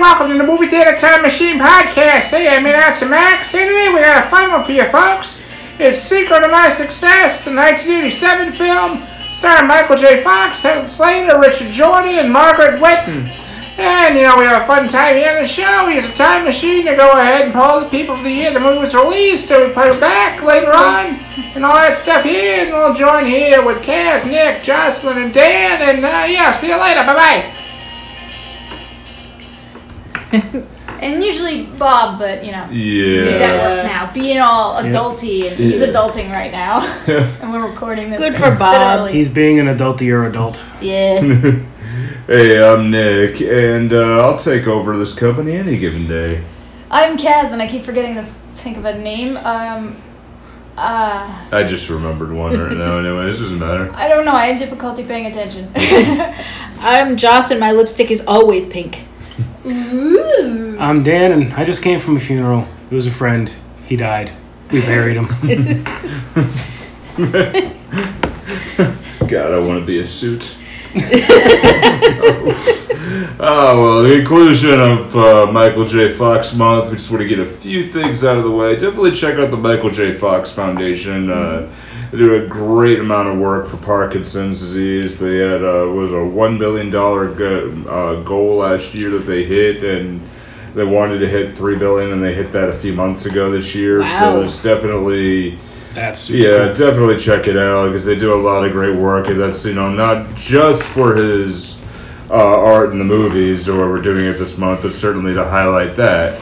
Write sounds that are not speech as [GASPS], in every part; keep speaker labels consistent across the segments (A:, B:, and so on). A: welcome to the Movie Theater Time Machine Podcast. Hey, I'm your announcer Max. Here today we got a fun one for you folks. It's Secret to My Success, the 1987 film starring Michael J. Fox, Helen Slater, Richard Jordan, and Margaret Whitten. And, you know, we have a fun time here on the show. Here's a time machine to go ahead and poll the people of the year the movie was released, and we play it back later on, and all that stuff here. And we'll join here with Cass, Nick, Jocelyn, and Dan. And, uh, yeah, see you later. Bye-bye.
B: And usually Bob, but you know, he's at
C: Yeah.
B: work now, being all adulty, and he's adulting right now.
C: [LAUGHS]
B: [LAUGHS] and we're recording this.
D: Good for Bob.
B: Literally.
E: He's being an adultier adult.
D: Yeah.
C: Hey, I'm Nick, and uh, I'll take over this company any given day.
B: I'm Kaz, and I keep forgetting to think of a name. Um, uh,
C: I just remembered one right now, anyways. Doesn't matter.
B: I don't know. I had difficulty paying attention.
D: [LAUGHS] I'm Joss and my lipstick is always pink.
B: Ooh.
E: I'm Dan, and I just came from a funeral. It was a friend. He died. We buried him.
C: God, I want to be a suit. [LAUGHS] oh, well, the inclusion of uh, Michael J. Fox Month, we just want to get a few things out of the way. Definitely check out the Michael J. Fox Foundation. Uh, they do a great amount of work for Parkinson's disease. They had uh, was a $1 billion go- uh, goal last year that they hit, and they wanted to hit $3 billion, and they hit that a few months ago this year.
D: Wow.
C: So there's definitely.
E: That's super
C: Yeah, definitely check it out because they do a lot of great work, and that's you know not just for his uh, art in the movies or we're doing it this month, but certainly to highlight that.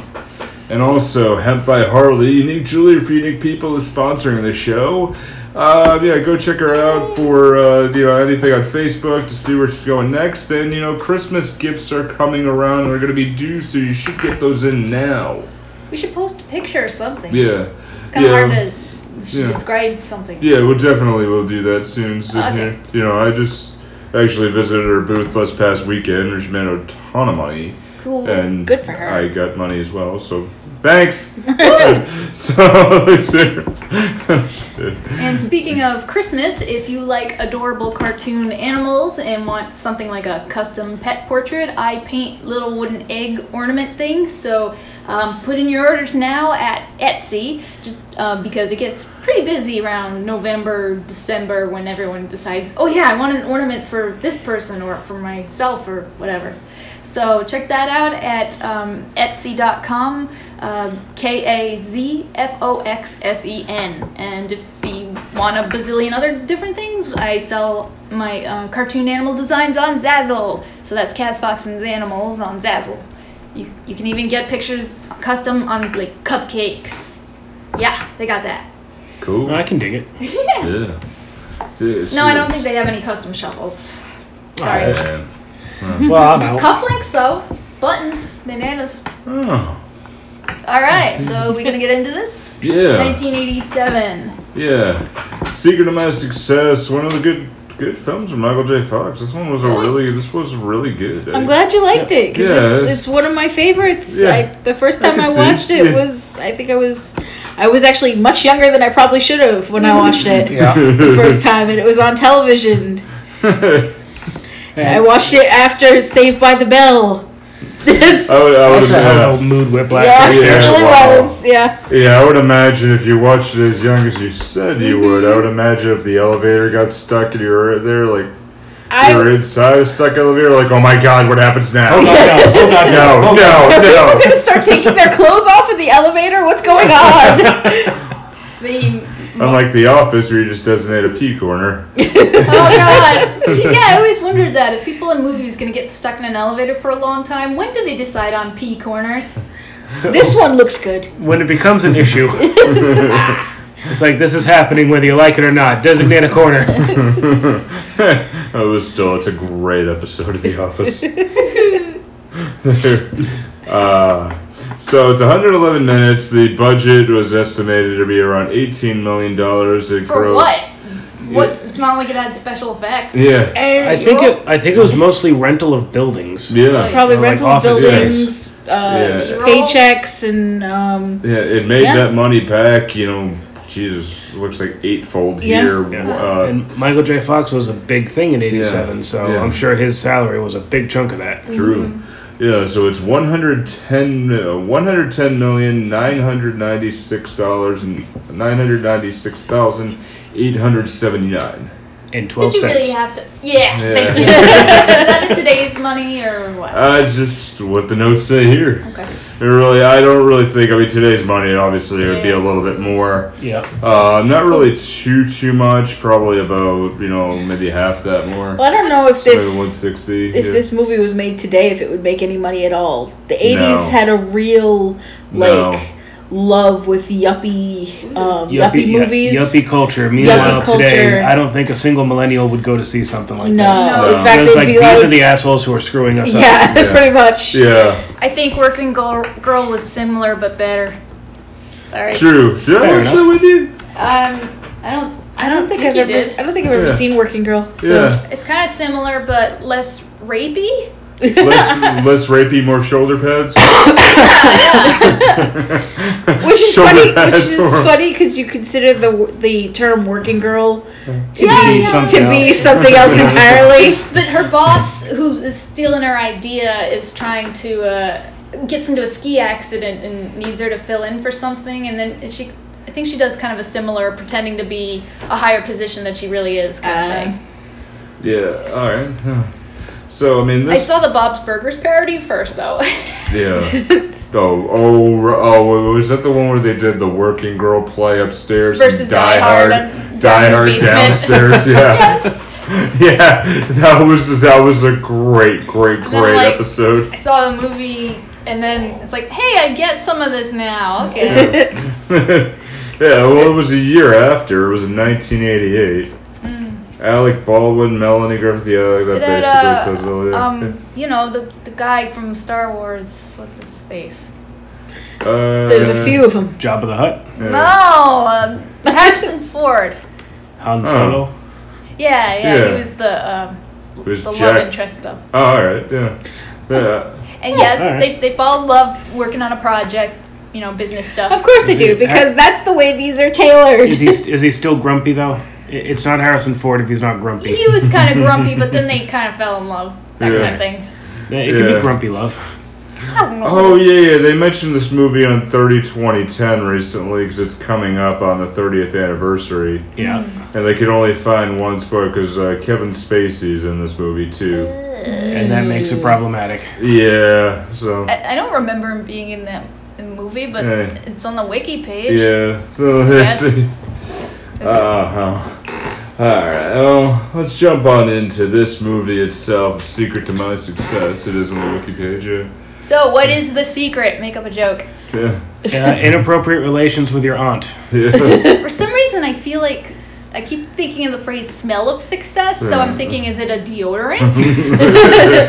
C: And also, Hemp by Harley, unique jewelry for unique people, is sponsoring the show. Uh, yeah, go check her out for uh, you know anything on Facebook to see where she's going next. And you know, Christmas gifts are coming around; and they're going to be due, so you should get those in now.
B: We should post a picture or something.
C: Yeah,
B: It's kind of
C: yeah.
B: hard to should
C: Yeah.
B: describe something.
C: Yeah, we'll definitely will do that soon. soon
B: Okay.
C: here. You know, I just actually visited her booth this past weekend, and she made a ton of money,
B: Cool.
C: and
D: Good for her.
C: I got money as well, so thanks. [LAUGHS] so, [LAUGHS]
B: And speaking of Christmas, if you like adorable cartoon animals and want something like a custom pet portrait, I paint little wooden egg ornament things. So um, put in your orders now at Etsy, just uh, because it gets pretty busy around November, December, when everyone decides, oh yeah, I want an ornament for this person or for myself or whatever. So check that out at um, Etsy.com, uh, K A Z F O X S E N. And if you want a bazillion other different things, I sell my uh, cartoon animal designs on Zazzle. So that's Cats, Fox, and Animals on Zazzle. You, you can even get pictures custom on like cupcakes. Yeah, they got that.
C: cool.
E: I can dig it.
B: yeah.
C: Yeah. Dude,
B: No, I don't think they have any custom shovels. Sorry.
C: Yeah.
E: Well, I'm out.
B: Cufflinks though, buttons, bananas.
C: Oh,
B: All right, so we gonna get into this?
C: yeah.
B: 1987.
C: Yeah. Secret of My Success, one of the good good films from Michael J. Fox. This one was a really this was really good. eh? [LAUGHS]
D: I'm glad you liked it because
C: Yeah,
D: it's,
C: it's-
D: it's one of my favorites.
C: Yeah.
D: I, the first
C: I
D: time
C: can
D: I,
C: see.
D: watched it
C: Yeah.
D: was I think I was I was actually much younger than I probably should have when I
C: [LAUGHS]
D: watched it the first time, and it was on television. I watched it after Saved by the Bell. [LAUGHS] This-
C: I would, I would
E: That's a
C: have
E: hell of a mood whiplash
D: yeah,
E: right there.
D: it really
C: Oh, wow.
D: was. Yeah,
C: Yeah, I would imagine if you watched it as young as you said you would, I would
B: Mm-hmm.
C: imagine if the elevator got stuck and you were there, like, you were
D: I.
C: inside a stuck elevator, like, oh my god, what happens
E: Oh,
C: now?
E: no, no, oh, no, no.
C: [LAUGHS] No, no,
D: People gonna start taking their clothes off in the elevator. What's going on?
C: [LAUGHS]
B: The
C: no. [LAUGHS] Unlike The Office, where you just designate a pee corner. [LAUGHS]
B: oh god, yeah, I always wondered that if people in movies gonna get stuck in an elevator for a long time, when do they decide on pee corners?
D: this one looks good.
E: When it becomes an issue, it's like this is happening whether you like it or not. Designate a corner.
C: it was still, it's a great episode of
B: [LAUGHS]
C: The Office. [LAUGHS] uh, so it's 111 minutes. The budget was estimated to be around $18 million. It
B: For
C: grossed-
B: what? What's? It's not like it had special effects.
C: Yeah.
E: I think it. I think it was mostly rental of buildings.
C: Yeah.
D: probably
E: Or, like,
D: rental
E: office
D: buildings, uh,
C: Yeah.
D: paychecks, and um,
C: Yeah, it made
D: Yeah.
C: that money back, you know, Jesus, looks like eightfold
D: Yeah.
C: here.
E: Yeah.
C: Uh,
E: And Michael J. Fox was a big thing in '87, so
C: Yeah.
E: I'm sure his salary was a big chunk of that.
C: true.
D: Mm-hmm.
C: Yeah, so it's 110 uh, 110 million nine hundred ninety six dollars and nine hundred ninety six thousand eight hundred seventy nine.
E: and twelve
B: Did you
E: cents.
B: really have to? Yeah. Thank you. Is
C: Yeah.
B: that in today's money or what?
C: I just what the notes say here.
B: okay.
C: It really, I don't really think. I mean, today's money obviously it would be a
B: Yes.
C: little bit more.
E: yeah.
C: Uh, not really too too much. Probably about you know maybe half that more.
D: Well, I don't know if
C: So maybe
D: this
C: 160.
D: if
C: yeah.
D: this movie was made today, if it would make any money at all. The '80s
C: No.
D: had a real like
C: No.
D: love with yuppie um, yuppie,
E: yeah,
D: movies.
E: yuppie culture. Meanwhile, today,
D: culture.
E: I don't think a single millennial would go to see something like
D: no.
E: this.
B: No.
D: in
B: No.
D: fact,
E: It's
D: it'd
E: like
D: be
E: these
D: like
E: are the assholes who are screwing us
D: yeah,
C: Yeah.
D: [LAUGHS] pretty much.
C: [LAUGHS] yeah,
B: I think Working Girl, Girl was similar but better. Sorry.
C: true. Did I
E: Fair
C: watch
E: enough.
C: that with you?
B: Um, I don't.
D: I don't think, I've
B: you
D: ever
B: did.
D: I don't think I've ever
C: Yeah.
D: seen Working Girl. So.
C: Yeah,
B: It's kind of similar but less rapey.
C: [LAUGHS]
D: [LAUGHS]
C: less less rapey, more shoulder pads. [LAUGHS]
D: Which is
C: Shoulder
D: funny.
C: pads
D: Which is
C: or-
D: funny because you consider the the term "working girl" to
E: To
D: be
E: be something
D: to be
E: else.
D: something else entirely.
B: But her boss, who is stealing her idea, is trying to uh, gets into a ski accident and needs her to fill in for something, and then and she. I think she does kind of a similar pretending to be a higher position than she really is
C: Uh,
B: kind
D: Ah.
B: of thing.
C: Yeah. All right. [SIGHS] So I mean,
B: I
C: this.
B: saw the Bob's Burgers parody first though. [LAUGHS]
C: yeah. Oh, oh, r- oh! Was that the one where they did the working girl play upstairs
B: Versus
C: and Die,
B: Die Hard
C: Hard,
B: on- down
C: Die
B: in the
C: Hard
B: basement?
C: downstairs? Yeah, [LAUGHS] yeah. That was that was a great, great,
B: And then,
C: great
B: like-
C: episode.
B: I saw the movie and then it's like, hey, I get some of this now. Okay.
C: yeah. [LAUGHS] Well, it was a year after. It was in 1988.
B: Mm.
C: Alec Baldwin, Melanie Griffith. Yeah, that
B: That, uh,
C: basically says it all. yeah.
B: Um, you know the the guy from Star Wars. What's his face?
C: Uh,
D: There's a few of them. Ah,
E: Job of the Hut,
C: yeah.
B: No, um, Harrison Ford.
E: Han
C: Oh.
E: Solo.
B: Yeah, yeah,
C: Yeah.
B: he was the um,
C: It was
B: the love
C: Jack.
B: interest though.
C: Oh, all right. Yeah. Yeah.
B: And yes,
E: alright.
B: they they fall in love working on a project, you know, business stuff.
D: Of course they do
E: he-
D: because that's the way these are tailored.
E: Is he is he still grumpy though? I- It's not Harrison Ford if he's not grumpy.
B: He was
C: [LAUGHS]
B: kind of grumpy, but then they kind of fell in love. That
C: Yeah.
B: kind of thing.
E: Yeah, It could
C: Yeah.
E: be grumpy love.
B: I don't know.
C: Oh yeah, yeah. They mentioned this movie on 30 2010 recently because it's coming up on the 30th anniversary,
E: Yeah.
C: and they could only find one spot because uh, Kevin Spacey's in this movie too.
D: Uh,
E: And that makes it
D: [LAUGHS]
E: problematic.
C: Yeah. So
B: I, I don't remember him being in that in the movie, but
C: Yeah.
B: it's on the wiki page.
C: yeah. [LAUGHS] So
B: [LAUGHS] Yes.
C: it's- uh huh. All right. Well, let's jump on into this movie itself. Secret to my success. It is on the wiki page. Yeah.
B: So, what is the secret? Make up a joke.
C: Yeah.
E: Uh, inappropriate relations with your aunt.
C: [LAUGHS] yeah.
B: For some reason, I feel like s- I keep thinking of the phrase "smell of success," so I'm thinking, is it a
C: [LAUGHS]
B: deodorant?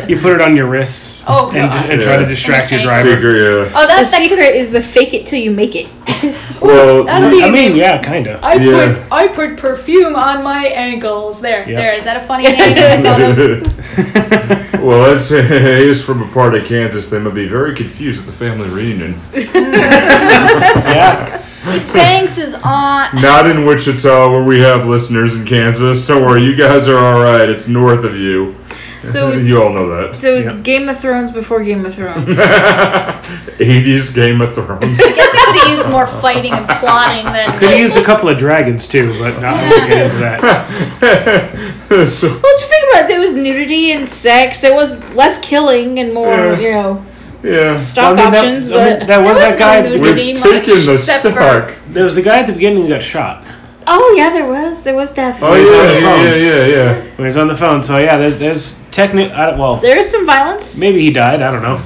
E: You put it on your wrists
B: Oh,
E: and,
B: God.
E: and try to
C: Yeah.
E: distract your
B: Okay.
E: driver.
C: Secret. Yeah.
B: oh,
D: the
B: that's
D: secret is the fake it till you
E: [LAUGHS]
D: make it.
B: [LAUGHS]
C: Well.
B: That'll be
E: I
B: your
E: mean,
B: name.
E: yeah, kind of.
B: I
C: Yeah.
B: put I put perfume on my ankles. There,
E: Yeah.
B: there. Is that a
C: [LAUGHS]
B: funny name? I thought of-
C: well, let's say [LAUGHS] he's from a part of Kansas. They might be very confused at the family reunion.
E: [LAUGHS] Yeah.
B: Banks is on.
C: Not in Wichita, where we have listeners in Kansas. So where you guys are all right, it's north of you.
D: So
C: You all know that. [LAUGHS]
D: so it's
E: Yep.
D: Game of Thrones before Game of
E: [LAUGHS]
D: Thrones.
C: 80s Game of Thrones. [LAUGHS]
B: [LAUGHS] I guess I could have used more fighting and plotting than.
E: Could have used a couple of dragons too, but not we'll get into that.
C: So,
D: well, just think about it. There was nudity and sex. There was less killing and more,
C: Yeah.
D: you know,
C: yeah.
D: stock
E: Well, I mean, that-
D: options.
E: I mean,
D: but
E: that was
B: There
E: that
B: was
E: guy.
B: no nudity.
C: We're
B: Pretty much,
C: taking the
B: except for-
C: Stark.
E: there was the guy at the beginning who got shot
D: oh yeah, there was. There was that.
C: Oh yeah, yeah, yeah, yeah.
E: when he was on the phone. So yeah, there's there's technic. I don't, well,
D: There is some violence.
E: maybe he died. I don't know.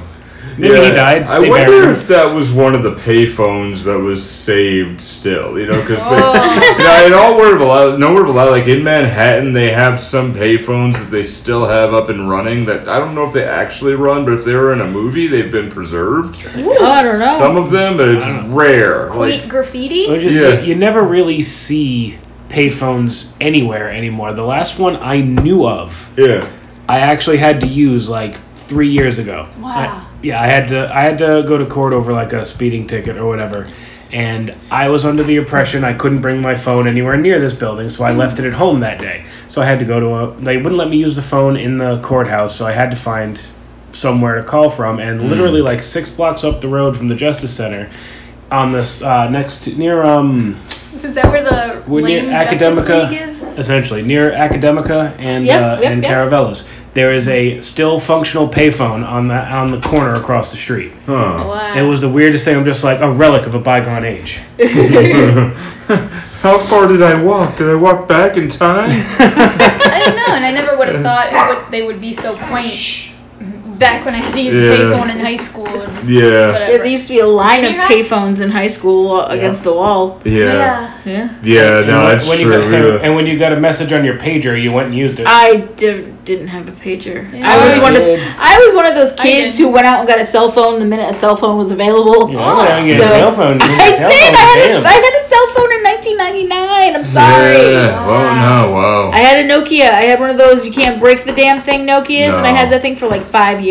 E: Maybe he
C: Yeah.
E: died.
C: I
E: They buried
C: wonder
E: him.
C: if that was one of the payphones that was saved still, you know, because [LAUGHS]
B: Oh.
C: they, now in all word of a lot, no word of a lot, like in Manhattan, they have some payphones that they still have up and running that I don't know if they actually run, but if they were in a movie, they've been preserved.
D: Oh, I don't know.
C: Some of them, but it's rare.
B: Great
C: Like,
E: It
B: graffiti.
E: was just-
C: Yeah.
E: you never really see payphones anywhere anymore. The last one I knew of,
C: yeah,
E: I actually had to use like three years ago.
B: Wow.
E: I- yeah, I had to I had to go to court over like a speeding ticket or whatever. And I was under the impression I couldn't bring my phone anywhere near this building, so I left it at home that day. So I had to go to a they wouldn't let me use the phone in the courthouse, so I had to find somewhere to call from, and literally like six blocks up the road from the Justice Center, on this uh, next to, near um
B: Is that where the
E: When you-
B: lame Justice
E: Academica-
B: League is?
E: essentially near Academica and
D: Yep,
E: uh,
D: yep,
E: and
D: yep.
E: Caravella's, there is a still functional payphone on the on the corner across the street.
C: Huh.
D: Wow.
E: It was the weirdest thing. I'm just like a relic of a bygone age.
C: How far did I walk? Did I walk back
B: [LAUGHS]
C: in time?
B: I don't know, and I never
C: [LAUGHS]
B: would have thought it would, they would be so quaint. Back when I had to use
C: Yeah.
B: a payphone in high school and
C: yeah.
B: whatever.
D: Yeah, there used to be a line of
B: You're right.
D: payphones in high school uh, against the wall.
C: Yeah.
B: yeah.
D: Yeah.
C: Yeah, no, that's
E: when
C: true.
E: You got,
C: yeah.
E: And when you got a message on your pager, you went and used it.
D: I did, didn't have a pager.
B: Yeah.
D: I was
E: I
D: one of
E: did.
D: I was one of those kids
B: did.
D: who went out and got a cell phone the minute a cell phone was available.
E: You know, I don't get
D: So-
E: a cell phone. You get a
D: I
E: cell
D: did.
E: phone,
D: I had,
E: damn.
D: a, I had a cell phone in 1999. I'm sorry.
C: Yeah. Well, no, wow.
D: I had a Nokia. I had one of those you can't break the damn thing Nokias, and
C: No.
D: I
C: Oh.
D: had that thing for like five years.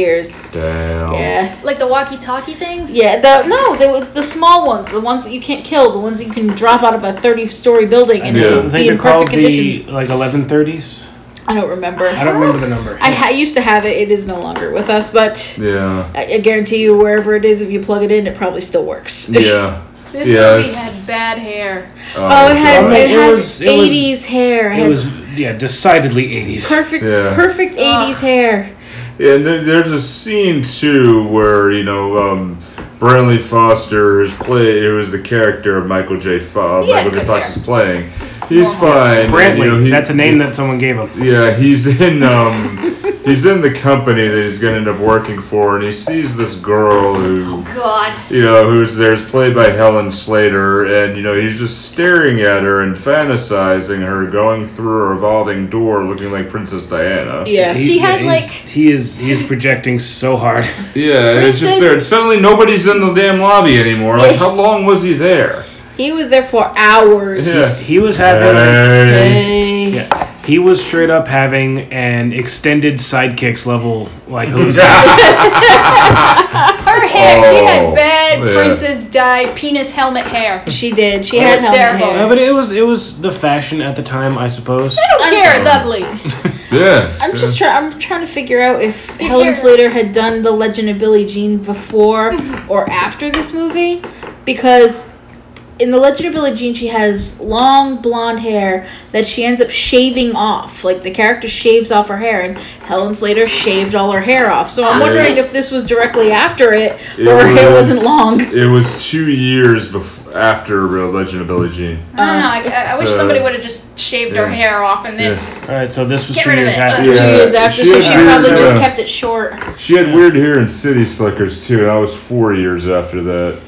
C: Damn.
D: Yeah.
B: Like the walkie talkie things?
D: Yeah, the no, the, the small ones, the ones that you can't kill, the ones you can drop out of a thirty-story building and
E: I
C: Yeah.
D: be
E: think they're
D: in
E: called
D: perfect condition.
E: the like 1130s.
D: I don't remember.
E: I don't remember the number.
D: I ha- used to have it. It is no longer with us, but
C: Yeah.
D: I, I guarantee you, wherever it is, if you plug it in, it probably still works.
C: Yeah.
B: This
C: Yes.
B: movie had bad hair.
D: [LAUGHS] oh, it had,
E: God.
D: it
E: It
D: had
E: was- it was-
D: 80s hair. It
E: it
D: had
E: was yeah, decidedly 80s.
D: perfect,
C: Yeah.
D: perfect 80s
E: Ah.
D: hair.
C: Yeah, and there, there's a scene too where you know um, Brantley Foster is play who is the character of Michael J. Fo-
B: He had
C: Michael J.
B: good
C: Fox
B: hair.
C: is playing. He's
B: normal.
C: fine. and,
E: Brantley.
C: you know, he-
E: that's a name that someone gave him.
C: Yeah, he's in um, he's in the company that he's gonna end up working for, and he sees this girl who
B: God.
C: you know, who's there's played by Helen Slater, and you know, he's just staring at her and fantasizing her going through a revolving door looking like Princess Diana.
D: Yeah.
E: He-
B: She had,
E: he's-
B: like-
E: he is he is projecting so hard.
C: Yeah, and it's just there. And suddenly nobody's in the damn lobby anymore. Like, how long was he there?
D: He was there for hours.
C: Yeah.
E: He was having
C: Hey.
D: Hey.
E: yeah, he was straight up having an extended sidekicks level like hallucination. [LAUGHS]
B: Her hair, she
C: Oh,
B: had bad
C: yeah.
B: princess dye penis helmet hair.
D: She did. She
B: It
D: had
B: was
D: helmet
B: terrible.
E: Yeah,
D: hair.
E: but it was it was the fashion at the time, I suppose.
B: I don't care, it's ugly.
C: Yeah.
D: I'm just trying. I'm trying to figure out if
B: hair.
D: Helen Slater had done the Legend of Billie Jean before [LAUGHS] or after this movie, because in the Legend of Billie Jean she has long blonde hair that she ends up shaving off. Like the character shaves off her hair, and Helen Slater shaved all her hair off. So I'm wondering
C: Yeah.
D: if this was directly after it, or it wasn't long.
C: It was two years bef- after uh, Legend of Billie Jean.
B: I don't know. I,
D: Um,
B: I, I wish
C: So-
B: somebody would have just shaved her
C: Yeah.
B: hair off and this.
C: Yeah.
B: just-
E: All right, so this was
B: Get
E: two
B: rid of
E: years
B: it.
E: after.
B: Yeah.
D: Two years after, so
C: had
D: she
C: weird-
D: probably just
C: yeah.
D: kept it short.
C: She had weird hair in City Slickers too, and I was four years after that.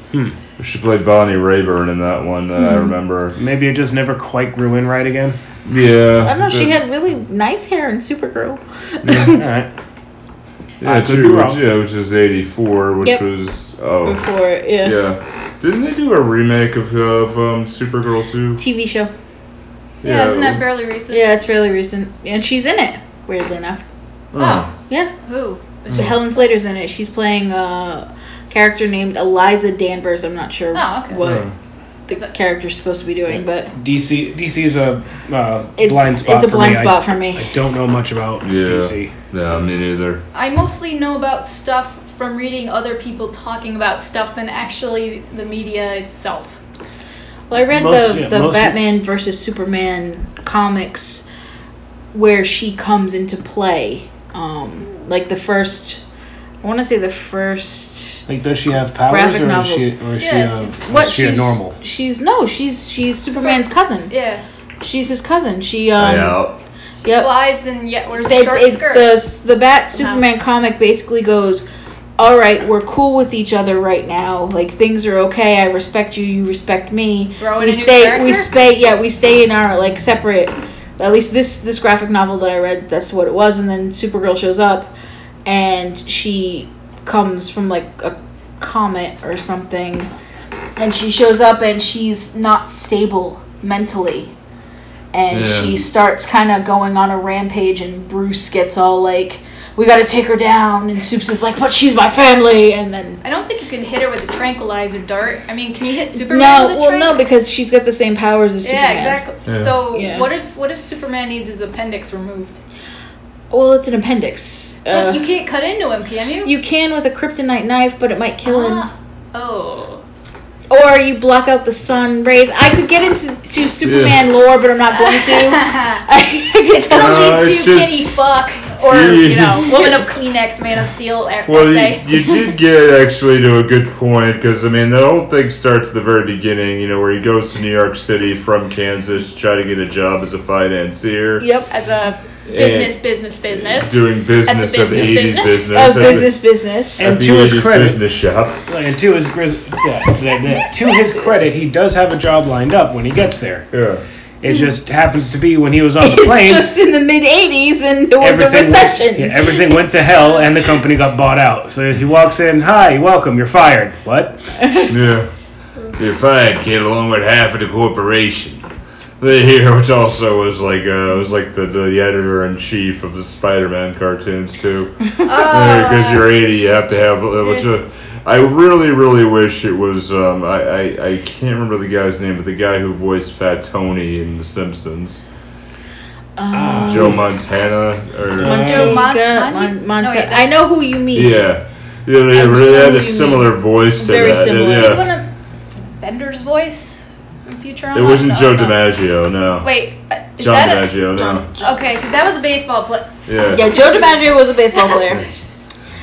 C: She played Bonnie Rayburn in that one that I
D: Hmm.
C: remember.
E: Maybe it just never quite grew in right [LAUGHS] again.
C: Yeah.
D: I don't know. She had really nice hair in Supergirl.
E: All right. I
C: Yeah,
E: could
C: true.
E: be
C: Which,
E: wrong.
C: yeah, which is '84, which
D: Yep.
C: was oh
D: before,
B: Mm-hmm.
D: yeah.
C: yeah. Didn't they do a remake of, of um, Supergirl too?
D: TV show.
B: yeah, isn't that fairly recent?
D: Yeah, it's fairly recent, and she's in it. Weirdly enough,
B: Oh,
D: yeah,
B: who?
E: Hmm.
D: Helen Slater's in it. She's playing a character named Eliza Danvers. I'm not sure
B: Oh, okay.
D: what
E: Hmm.
C: Yeah.
D: the character's supposed to be doing, but
E: DC DC's a uh,
D: it's
E: blind spot.
D: it's a
E: for
D: blind
E: me. I-
D: spot for me.
E: I don't know much about
C: Yeah.
E: DC.
C: Yeah, me neither.
B: I mostly know about stuff from reading other people talking about stuff than actually the media itself.
D: Well, I read
E: Most-
D: the
E: yeah,
D: the
E: most-
D: Batman versus Superman comics where she comes into play. Um, like the first, I want to say the first.
E: Like, does she have powers,
D: Graphic
E: or is
D: novels.
E: she or is
B: Yeah,
E: she,
B: she's-
E: a,
D: What
E: is she a
D: she's-
E: normal?
D: She's no, she's she's Superman's cousin.
B: Yeah.
D: She's his cousin. She
E: Oh,
D: um.
C: yeah.
D: Yep.
B: Flies and yet wears a
D: it's,
B: short
D: it's
B: skirt.
D: the the Bat Superman comic basically goes, all right, we're cool with each other right now. Like things are okay. I respect you. You respect me.
B: Throw in
D: we
B: a new
D: stay.
B: character?
D: We stay. Yeah, we stay in our like separate. At least this this graphic novel that I read, that's what it was. And then Supergirl shows up, and she comes from like a comet or something, and she shows up and she's not stable mentally and
C: Yeah.
D: she starts kind of going on a rampage and bruce gets all like we gotta take her down and soups is like but she's my family and then
B: I don't think you can hit her with a tranquilizer dart. I mean, can you hit Superman
D: no
B: with a
D: well
B: tranq-
D: no because she's got the same powers as
B: Yeah,
D: superman
B: exactly.
C: Yeah.
B: So
D: Yeah.
B: what if what if Superman needs his appendix removed?
D: Well, it's an appendix.
B: But you
D: Uh,
B: can't cut into him, can you?
D: you can with a kryptonite knife, but it might kill him.
B: Ah. Oh.
D: or you block out the sun rays. I could get into to Superman lore, but I'm not
B: [LAUGHS]
D: going to. [LAUGHS] I, could
B: it's gonna
D: tell.
C: Uh,
B: lead
C: it's
B: to
C: just-
B: Kitty Fuck or
C: Yeah.
B: you
C: [LAUGHS]
B: know Woman of Kleenex, Man of Steel. I
C: Well,
B: say.
C: you,
B: [LAUGHS]
C: you did get actually to a good point because I mean the whole thing starts at the very beginning, you know, where he goes to New York City from Kansas to try to get a job as a financier,
D: Yep.
B: as a business, business, business.
C: doing business
B: At the
C: of the
B: business
C: eighties
B: business.
C: business,
D: Of
C: at the-
D: Oh, business, business.
E: And
C: at the
E: to his
C: 80s
E: credit.
C: business shop.
E: And to his grizz- yeah, blah, blah. to his credit, he does have a job lined up when he gets there.
C: Yeah,
E: It just happens to be when he was [LAUGHS] on the
D: It's
E: plane.
D: just in the mid '80s, and there was a
E: Went,
D: recession.
E: yeah, everything went to hell, and the company got bought out. So he walks in, "Hi, welcome. You're fired." What?
C: yeah. You're fired, kid, along with half of the corporation. The hero, which also was like uh, was like the, the editor in chief of the Spider-Man cartoons too. because you're 80, you have to have. Uh, which, uh, I really, really wish it was. Um, I, I, I can't remember the guy's name, but the guy who voiced Fat Tony in The Simpsons, Joe Montana, or
E: Mon-
B: Mon-
D: Montega, Mon-
B: Monty? No,
D: Monte- Oh,
B: wait, that's-
D: I know who you mean.
C: yeah, yeah, they really
D: know
C: had
D: who
C: a
D: you
C: similar voice to
D: Very
C: that.
D: similar.
B: Is it [LAUGHS]
C: Yeah,
B: one of Bender's voice in Futurama?
C: it wasn't
B: No,
C: Joe
B: no.
C: DiMaggio, no.
B: Wait, uh, is
C: John
B: that a,
C: DiMaggio, no.
B: okay? Because that was a baseball play.
C: Yeah.
D: Yeah, Joe DiMaggio was
E: [LAUGHS]
D: a baseball player.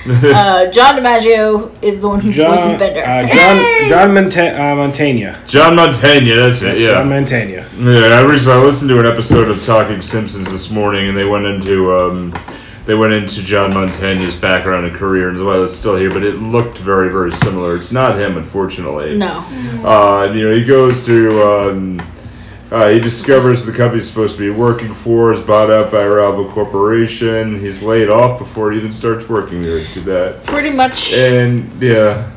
D: Uh, John DiMaggio is the one who voices Bender.
E: uh, John John Monta- uh, Montana.
C: [LAUGHS] John Montana, that's it. Yeah.
E: John Montana.
C: Yeah, I recently I listened to an episode of Talking Simpsons this morning, and they went into um, they went into John Montana's background and career, and why that's still here. But it looked very, very similar. It's not him, unfortunately.
D: [LAUGHS] no.
C: Uh, you know, he goes to um, uh, he discovers the company he's supposed to be working for is bought out by a rival corporation. He's laid off before he even starts working there. Did that.
D: Pretty much.
C: And yeah.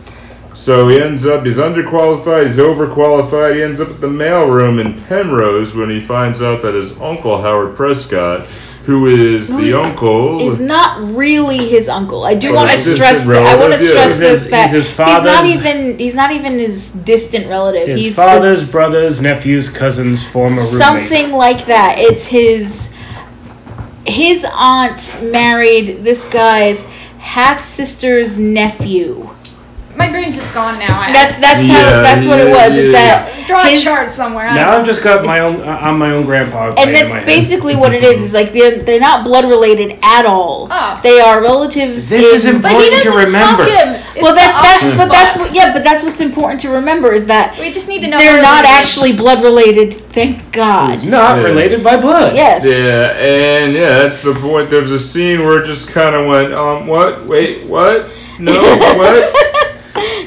C: So he ends up, he's underqualified, he's overqualified. He ends up at the mailroom in Penrose when he finds out that his uncle, Howard Prescott, who is
D: No,
C: the
D: he's-
C: uncle.
D: is not really his uncle. I
E: Oh,
D: do
C: Or
D: want to
C: distant
D: stress that. I want to
C: relative, yeah.
D: stress
E: He's
D: this
E: his- he's
D: that
E: his
D: not
E: father's-
D: even he's not even his distant relative.
E: His
D: he's
E: father's
D: his-
E: brothers, nephews, cousins, former roommate.
D: something like that. It's his his aunt married this guy's half sister's nephew.
B: My brain's just gone now. I,
D: That's that's
C: Yeah,
D: how that's what it
C: yeah,
D: was. Is
C: yeah.
D: that
B: draw
D: his-
B: a chart somewhere. I don't
E: Now
B: know.
E: I've just got my own. I- I'm my own grandpa. playing in
D: and that's
E: my head.
D: basically what it is. Is like they're, they're not blood related at all.
B: Oh.
D: They are relatives.
E: This is
D: in-
E: important
B: but he
E: to
B: doesn't
E: remember.
B: fuck him. It's
D: well,
B: the
D: that's that's
B: Octobox.
D: but that's what yeah, but that's what's important to remember is that
B: We just need to know.
D: They're
B: where
D: not
B: he is.
D: actually blood related, thank God.
E: not
C: Yeah.
E: related by blood.
D: Yes.
C: Yeah, and yeah, that's the point. There's a scene where it just kind of went, um, what? Wait, what? No, what?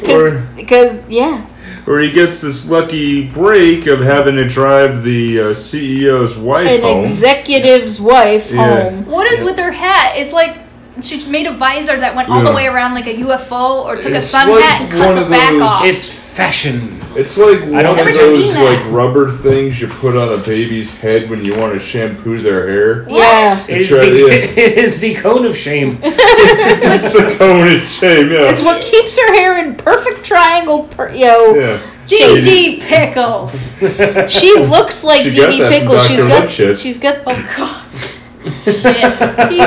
C: Or-
D: Because, yeah.
C: Where he gets this lucky break of having to drive the uh, CEO's wife
D: An
C: home.
D: executive's wife
C: Yeah.
D: home.
B: What is with her hat? It's like she made a visor that went all
C: Yeah.
B: the way around like a UFO, or took a
C: It's
B: sun
C: like
B: hat and
C: one
B: cut the
C: of
B: back
C: those-
B: off.
E: It's fashion.
C: It's like one
E: don't
C: of
E: think
C: those
B: I've seen
C: like
B: that.
C: rubber things you put on a baby's head when you want to shampoo their hair. [LAUGHS]
E: [LAUGHS]
D: Yeah.
E: It is,
C: That's right,
E: the,
C: yeah.
E: [LAUGHS] it is the cone of shame.
C: It's a cone and shame, yeah.
D: It's what keeps her hair in perfect triangle. Per- yo,
C: yeah.
D: Shady.
B: DD
C: [LAUGHS]
B: Pickles.
D: she looks like
C: She
D: Dee
C: got
D: Dee
C: that from
D: Pickles. She's
C: Dr.
D: got,
C: Lipschitz.
D: she's got. Oh God,
B: Shit. He's,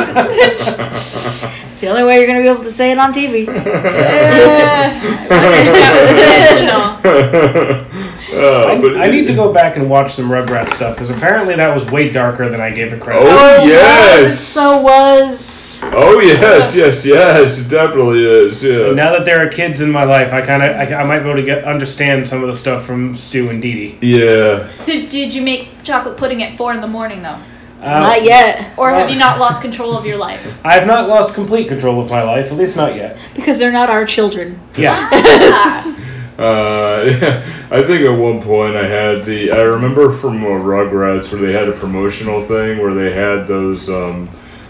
D: it's the only way you're gonna be able to say it on TV.
B: uh, that was
C: [LAUGHS] Uh, but
E: I need to go back and watch some Rugrats stuff because apparently that was way darker than I gave it credit.
C: Oh, [LAUGHS]
D: was, it
C: yes.
D: so was.
C: oh yes, yes, yes. It definitely is. Yeah.
E: So now that there are kids in my life, I kind of I, I might be able to get understand some of the stuff from Stu and Dee Dee.
C: yeah.
B: intentional. Did, did you make chocolate pudding at four in the morning though,
E: Uh,
D: Not yet,
C: Oh.
B: or have you not lost control of your life?
E: I have not lost complete control of my life, at least not yet.
D: because they're not our children. [LAUGHS]
E: Yeah,
C: Uh, [LAUGHS] I think at one point I had the. I remember from uh, Rugrats where they had a promotional thing where they had those um,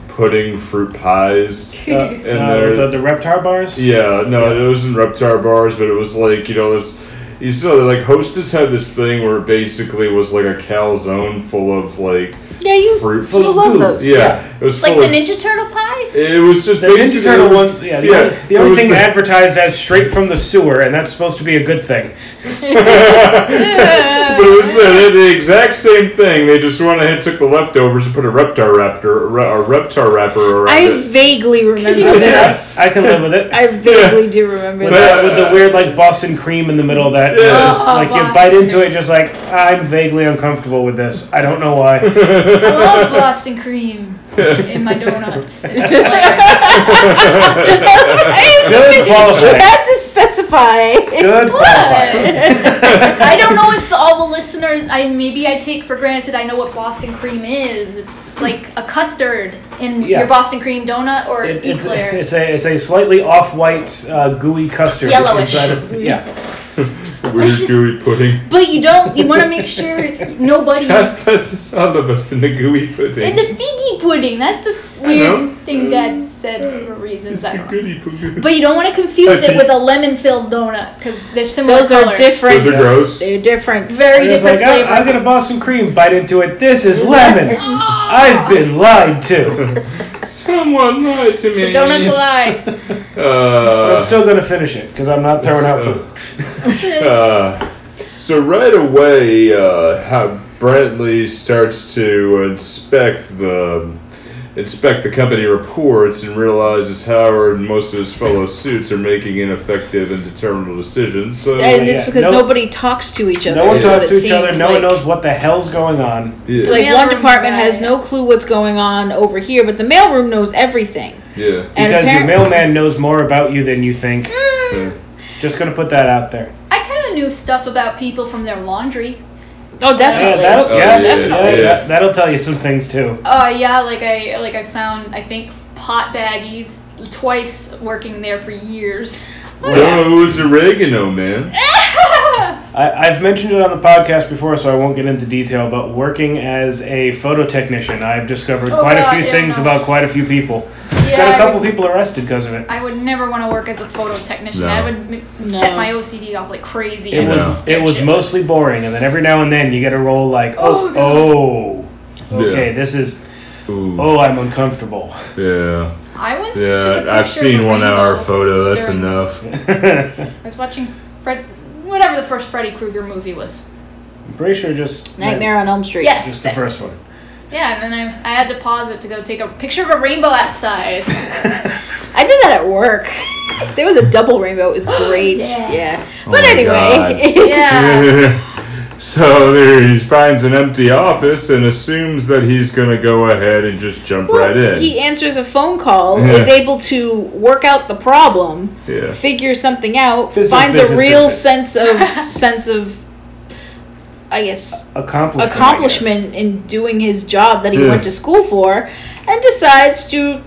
C: pudding fruit pies.
E: uh, uh,
C: there-
E: the, the reptar bars.
C: Yeah, no, it wasn't Reptar bars, but it was like you know this. You saw that like Hostess had this thing where it basically was like a calzone full of like
D: Yeah, you,
C: fruit.
D: you love
E: Ooh,
D: those.
C: yeah, it was
B: Like
C: full
B: the
C: of,
B: Ninja Turtle pies?
C: It was just
E: The
C: basically
E: Ninja Turtle
C: it was-
E: ones, yeah. The only, the
C: it
E: only
C: was
E: thing
C: the-
E: advertised as straight from the sewer, and that's supposed to be a good thing.
C: But it was the,
B: [LAUGHS]
C: the exact same thing. They just went ahead, took the leftovers, and put a reptar raptor, a reptar wrapper around
D: I
C: it.
D: vaguely
C: [LAUGHS]
D: remember
E: Yeah,
D: this.
E: I can live with
D: [LAUGHS]
E: it.
D: I vaguely do remember
E: With,
D: this. [LAUGHS]
E: that, with the weird like Boston cream in the middle of that,
C: Yeah.
E: just,
B: Oh,
E: like you
B: Boston
E: bite into
B: cream.
E: it, just like I'm vaguely uncomfortable with this. I don't know
D: [LAUGHS]
E: why.
B: I love Boston
C: [LAUGHS]
B: cream in my donuts.
E: [LAUGHS] Good
D: You
E: qualifier.
D: had to specify.
E: Good qualifier.
B: I don't know if all the listeners. I maybe I take for granted. I know what Boston cream is. It's like a custard in
E: Yeah.
B: your Boston cream donut or
E: It- it's,
B: eclair.
E: it's a it's a slightly off white uh, gooey custard that's
B: Yellowish.
E: inside of- yeah.
C: Weird gooey
B: [LAUGHS]
C: pudding.
B: but you don't. You want to make sure nobody. and
C: That's the sound of us in the gooey pudding.
B: the figgy pudding. That's the
C: know.
B: weird thing Dad said for reasons.
C: It's
B: I
C: a
B: don't know.
C: goody poo
B: But you don't want to confuse
C: Okay.
B: it with a lemon filled donut because they're similar.
D: Those are
B: colors.
D: different.
C: Those are gross.
D: They're different.
B: Very
E: It's like
B: different
E: I,
D: "Oh,
B: flavor.
E: I get a Boston cream, bite into it. This
D: [LAUGHS]
E: is lemon.
D: Ah.
E: I've been lied
D: Uh.
E: to.
C: Someone lied to me.
B: the donuts lie.
E: But I'm
C: Uh,
E: still gonna finish it because I'm not throwing out food.
C: uh, so right away, uh, how Brantley starts to inspect the inspect the company reports and realizes Howard and most of his fellow suits are making ineffective and determinable decisions. So
D: And it's
E: Yeah.
D: because
E: No-
D: nobody talks to each other.
E: No one
D: is what
E: talks
D: it
E: to each other.
D: seems
E: No one
D: like.
E: knows what the hell's going on.
C: yeah,
D: It's like
B: Mailroom
D: one department
B: guy.
D: has no clue what's going on over here, but the mailroom knows everything.
C: yeah.
D: And
E: Because your
D: apparent-
E: mailman knows more about you than you think. Just gonna put that out there.
B: I kind of knew stuff about people from their laundry.
D: Oh,
E: Yeah,
D: definitely.
E: that'll,
C: Oh,
E: yeah,
C: yeah,
E: definitely.
C: yeah.
E: That, that'll tell you some things too.
B: Oh yeah, like I like I found I think pot baggies twice working there for years. [LAUGHS]
C: No, it was oregano, man.
E: I, I've mentioned it on the podcast before, so I won't get into detail. But working as a photo technician, I've discovered
B: Oh,
E: quite a
B: God,
E: few
B: yeah,
E: things
B: no.
E: about quite a few people. Got
B: Yeah,
E: a couple
B: I, would,
E: people arrested because of it.
B: I would never want to work as a photo technician.
C: No.
B: That would m-
D: No.
B: set my OCD off like crazy.
E: It
B: I
E: was
C: No.
E: it was mostly boring, and then every now and then you get a roll like, oh, oh,
C: Yeah.
E: okay, this is
C: Ooh,
E: oh, I'm uncomfortable. [LAUGHS]
C: yeah,
B: I once took
C: yeah.
B: a
C: I've
B: picture
C: seen
B: of a
C: one hour
B: rainbow
C: photo. That's
B: during-
C: enough.
B: I was watching Fred, whatever the first Freddy Krueger movie was.
E: I'm pretty sure just
D: Nightmare on Elm Street.
B: Yes.
E: Just the first one.
B: Yeah, and then I, I had to pause it to go take a picture of a rainbow
C: [LAUGHS]
B: outside.
D: I did that at work. [LAUGHS] There was a double
B: [GASPS]
D: rainbow. It was great. yeah.
B: Yeah.
D: But
C: Oh my
D: [LAUGHS] anyway.
C: [LAUGHS]
B: yeah.
C: so there he finds an empty office and assumes that he's gonna go ahead and just jump right in.
D: He answers a phone call,
C: Yeah.
D: is able to work out the problem,
C: yeah.
D: figure something out,
E: Business,
D: finds a
E: business,
D: real
E: business.
D: sense
B: [LAUGHS]
D: of sense of I guess
E: Accomplishment. I guess.
D: accomplishment in doing his job that he
C: Yeah.
D: went to school for and decides to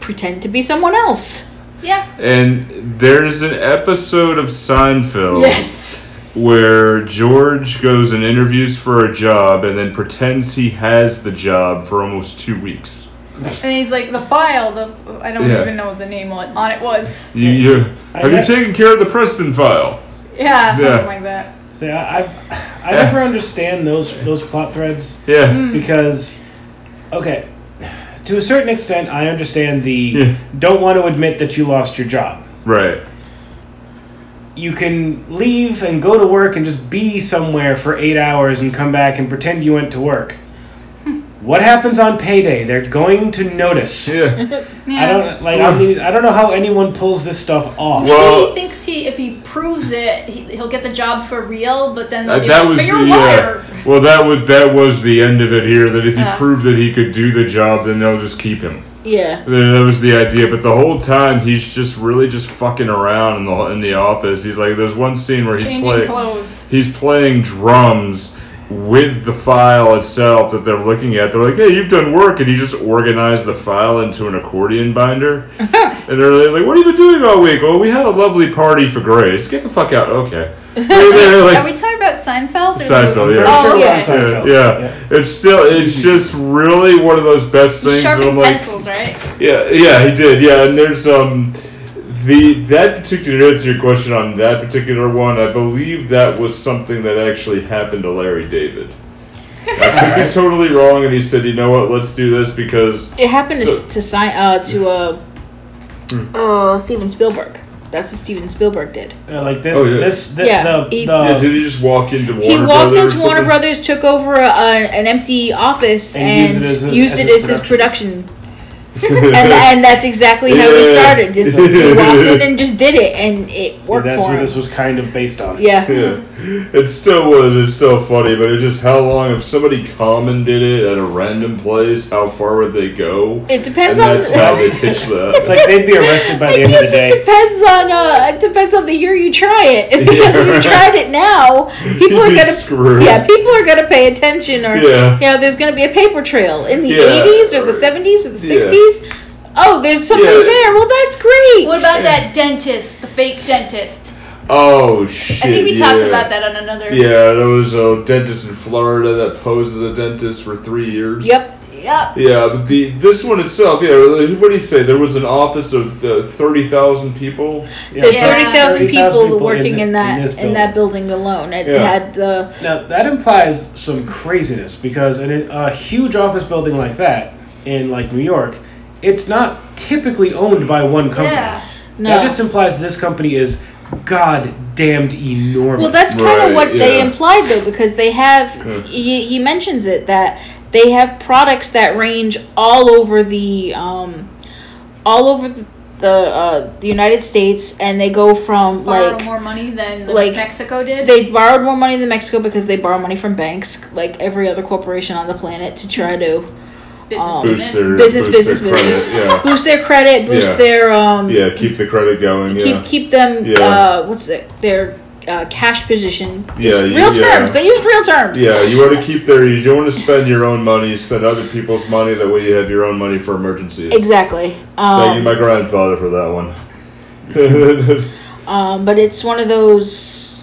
D: pretend to be someone else.
B: Yeah.
C: And there's an episode of Seinfeld
D: Yes.
C: where George goes and interviews for a job and then pretends he has the job for almost two weeks.
B: And he's like, the file, the I don't
C: Yeah.
B: even know what the name on, on it was.
C: You, you have you
E: guess-
C: taken care of the Preston file?
B: Yeah, something
C: Yeah.
B: like that.
E: See, I, I, I never understand those those plot threads
C: Yeah.
B: Hmm.
E: because, okay, to a certain extent, I understand the
C: Yeah.
E: don't want to admit that you lost your job.
C: Right.
E: You can leave and go to work and just be somewhere for eight hours and come back and pretend you went to work. what happens on payday? They're going to notice.
C: Yeah.
E: I don't like. I, mean, I don't know how anyone pulls this stuff off.
C: Well-
B: Maybe he thinks he, if he proves it, he, he'll get the job for real. [LAUGHS] But then they'll
C: Uh,
B: be
C: that
B: like,
C: was
B: "But
C: the
B: you're a liar."
C: uh, well. That was that was the end of it here. That if he
B: Yeah.
C: proved that he could do the job, then they'll just keep him.
D: Yeah.
C: Th- That was the idea, but the whole time he's just really just fucking around in the in the office. He's like, there's one scene where he's
B: Changing
C: playing
B: clothes.
C: he's playing drums with the file itself that they're looking at. They're like, hey, you've done work, and he just organized the file into an accordion [LAUGHS] binder. and they're like, what have you been doing all week? Well, we had a lovely party for Grace. Get the fuck out. Okay. And [LAUGHS] they're like-
B: Are we talking about Seinfeld? Or
C: Seinfeld, yeah.
B: Oh,
D: yeah.
E: Sure, we're on
C: [LAUGHS]
E: Seinfeld.
C: yeah, it's still it's just really one of those best
B: He
C: things. that I'm
B: sharpened
C: like,
B: pencils, right?
C: yeah, yeah, he did. Yeah, and there's um the that particular answer to your question on that particular one. I believe that was something that actually happened to Larry David. I could be totally wrong, and he said, "You know what? Let's do this because
D: It happened to
C: So-
E: Hmm.
D: to sign uh, to uh, uh Oh, Steven Spielberg. That's what Steven Spielberg did.
E: Uh, like this,
C: Oh, yeah.
E: this, the,
D: Yeah,
E: the,
D: he-
E: the-
C: yeah, did he just walk into Warner
D: he walked
C: Brothers or
D: into Warner
C: something?
D: Brothers, took over a, an empty office,
E: And used
D: and,
E: it as a-
D: used
E: as
D: it
E: his
D: as his production. and, and that's exactly how he
C: Yeah.
D: started.
E: [LAUGHS]
D: Just, he walked in and just did it, and it
E: see,
D: worked
E: that's
D: for
E: where
D: him.
E: this was kind of based on.
C: [LAUGHS]
D: yeah,
C: Yeah, it still was. It's still funny, but it just how long if somebody commended it at a random place, how far would they go?
D: it depends
C: and
D: on. [LAUGHS]
C: that's how they pitch
E: It's
C: that.
E: like they'd be arrested by
D: I
E: the end of the
D: guess it
E: day.
D: depends on uh, it depends on the year you try it. Because if you tried it now, people are
C: You'd be
D: gonna
C: screwed.
D: yeah people are gonna pay attention or
C: Yeah.
D: you know there's gonna be a paper trail in the
C: Yeah.
D: eighties or the seventies or the
C: Yeah.
D: sixties. Oh, there's somebody
C: Yeah.
D: there. Well, that's great.
B: What about that dentist, the fake dentist?
C: Oh shit!
B: I think we talked
C: yeah.
B: about that on another.
C: Yeah, there was a dentist in Florida that posed as a dentist for three years.
D: Yep.
B: Yep.
C: Yeah, but the this one itself, yeah. What do you say? There was an office of uh, thirty thousand people.
E: Yeah.
D: [LAUGHS] There's
B: Yeah.
D: thirty thousand
E: 30,000
D: people,
E: people
D: working
E: in
D: in,
E: the- in
D: that
E: this
D: in, that building alone. It
C: Yeah.
D: had the
E: Now that implies some craziness because in a, a huge office building like that in like New York, it's not typically owned by one company.
B: Yeah.
D: no.
E: That just implies this company is god damned enormous.
D: Well, that's kind
C: Right,
D: of what they
C: yeah.
D: implied, though, because they have.
C: Yeah.
D: He, he mentions it that they have products that range all over the, um, all over the the, uh, the United States, and they go from
B: Borrow
D: like
B: more money than
D: like,
B: Mexico did.
D: they borrowed more money than Mexico because they borrow money from banks, like every other corporation on the planet, to try to
B: business
D: um,
C: Boost their
D: Business,
C: boost their
D: business, business.
C: credit, Yeah,
D: boost their credit, boost
C: Yeah.
D: their um,
C: yeah. Keep the credit going.
D: keep
C: Yeah.
D: keep them
C: Yeah.
D: uh, what's it their uh, cash position.
C: Yeah,
D: Just
C: you-
D: real
C: yeah.
D: terms. They used real terms.
C: Yeah, you want to keep their. You don't want to spend your own money. Spend other people's money. That way, you have your own money for emergencies.
D: Exactly.
C: Thank you,
D: Um,
C: my grandfather, for that one.
D: um, but it's one of those.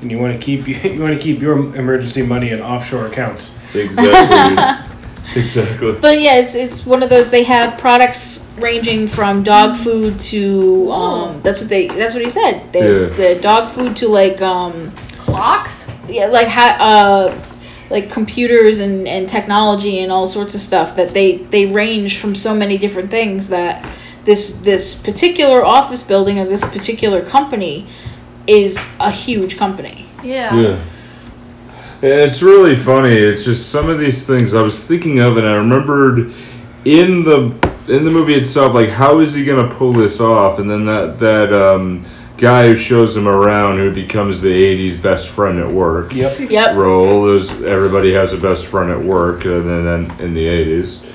E: and you want to keep [LAUGHS] you, want to keep your emergency money in offshore accounts.
C: [LAUGHS]
D: [LAUGHS]
C: exactly. exactly.
D: But yeah, it's, it's one of those. They have products ranging from dog food to. Um, that's what they. That's what he said. They,
C: Yeah.
D: The dog food to like. Um,
B: clocks.
D: yeah, like ha- uh, like computers and, and technology and all sorts of stuff that they they range from so many different things that this this particular office building or this particular company is a huge company.
B: Yeah.
C: Yeah. And it's really funny. It's just some of these things I was thinking of, and I remembered in the in the movie itself, like how is he gonna pull this off? And then that that um, guy who shows him around, who becomes the '80s best friend at work.
E: Yep.
D: Yep.
C: role is everybody has a best friend at work and then then in the 80s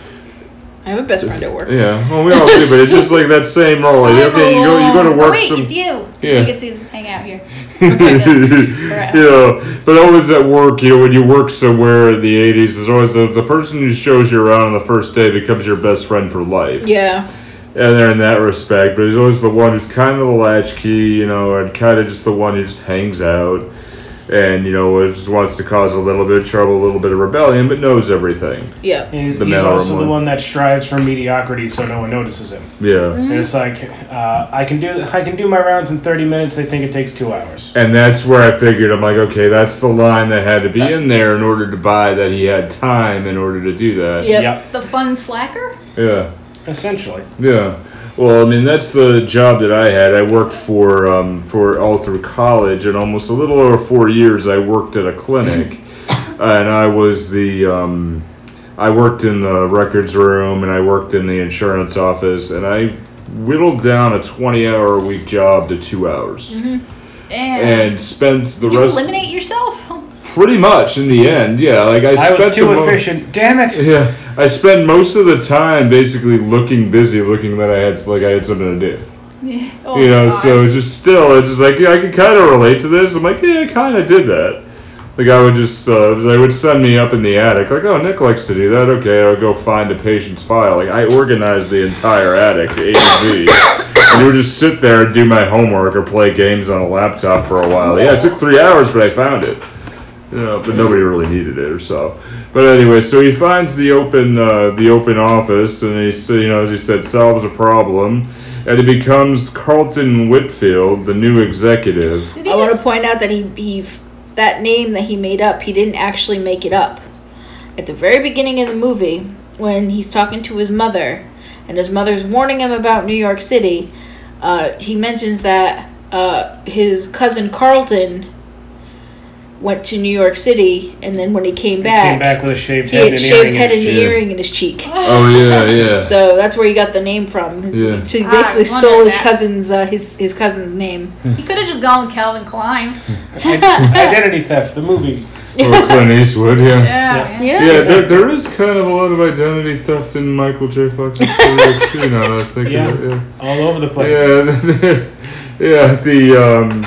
D: I have a best friend at work.
C: yeah well we all do but it's just like that same role like okay you go you go to
B: Oh,
C: work
B: wait,
C: some
B: it's you.
C: Yeah.
B: You get to hang out here.
C: [LAUGHS] you know, but always at work, you know, when you work somewhere in the 80s, there's always the, the person who shows you around on the first day becomes your best friend for life.
D: [LAUGHS] Yeah.
C: And they're in that respect, but he's always the one who's kind of the latchkey, you know, and kind of just the one who just hangs out and, you know, just wants to cause a little bit of trouble, a little bit of rebellion, but knows everything.
D: Yeah.
E: And he's,
C: The
E: he's
C: Mallory
E: also the
C: one.
E: one that strives for mediocrity, so no one notices him.
C: Yeah.
D: Mm-hmm.
E: And it's like uh, I can do I can do my rounds in thirty minutes. They think it takes two hours.
C: And that's where I figured I'm like, okay, that's the line that had to be in there in order to buy that he had time in order to do that.
D: Yep.
E: Yep.
B: The fun slacker.
C: Yeah.
E: Essentially.
C: Yeah. Well, I mean, that's the job that I had. I worked for um, for all through college, and almost a little over four years, I worked at a clinic, and I was the um, I worked in the records room, and I worked in the insurance office, and I whittled down a twenty-hour a week job to two hours,
B: And,
C: and spent the
B: you
C: rest
B: eliminate yourself. Oh,
C: pretty much in the end. Yeah, like I,
E: I
C: spent
E: was too
C: the mo-
E: efficient. Damn it.
C: [LAUGHS] Yeah, I spent most of the time basically looking busy, looking that I had like I had something to do.
B: Oh,
C: you know,
B: God.
C: so it's just still, it's just like yeah, I can kind of relate to this. I'm like, yeah, I kind of did that. Like I would just, uh, they would send me up in the attic. Like, oh, Nick likes to do that. Okay, I'll go find a patient's file. Like I organized the entire attic, A to Z, and I would just sit there and do my homework or play games on a laptop for a while. Yeah, it took three hours, but I found it. You know, but nobody really needed it or so. But anyway, so he finds the open uh, the open office, and he s- you know as he said solves a problem, and he becomes Carlton Whitfield, the new executive.
B: Did he
D: I want to
B: just,
D: point out that he, he f- that name that he made up, he didn't actually make it up. At the very beginning of the movie, when he's talking to his mother, and his mother's warning him about New York City, uh, he mentions that uh, his cousin Carlton went to New York City, and then when he came back,
E: Came back with a shaved
D: he
E: head
D: had
E: and an
D: shaved
E: earring
D: head and
E: in
D: an
E: his
C: shit.
D: earring in his cheek.
C: [LAUGHS] Oh yeah, yeah. [LAUGHS]
D: So that's where he got the name from. His-
C: Yeah.
D: So he
B: Ah,
D: basically
B: I
D: stole
B: wondered
D: his
B: that.
D: cousin's uh, his his cousin's name.
B: He could have just gone with Calvin Klein.
D: [LAUGHS]
E: Id- Identity theft, the movie.
C: or Clint Eastwood, yeah.
B: Yeah.
D: Yeah.
C: Yeah, there, there is kind of a lot of identity theft in Michael J. Fox's career too. Now that I think
E: Yeah.
C: of it, yeah.
E: All over the place.
C: Yeah, [LAUGHS] yeah. The um,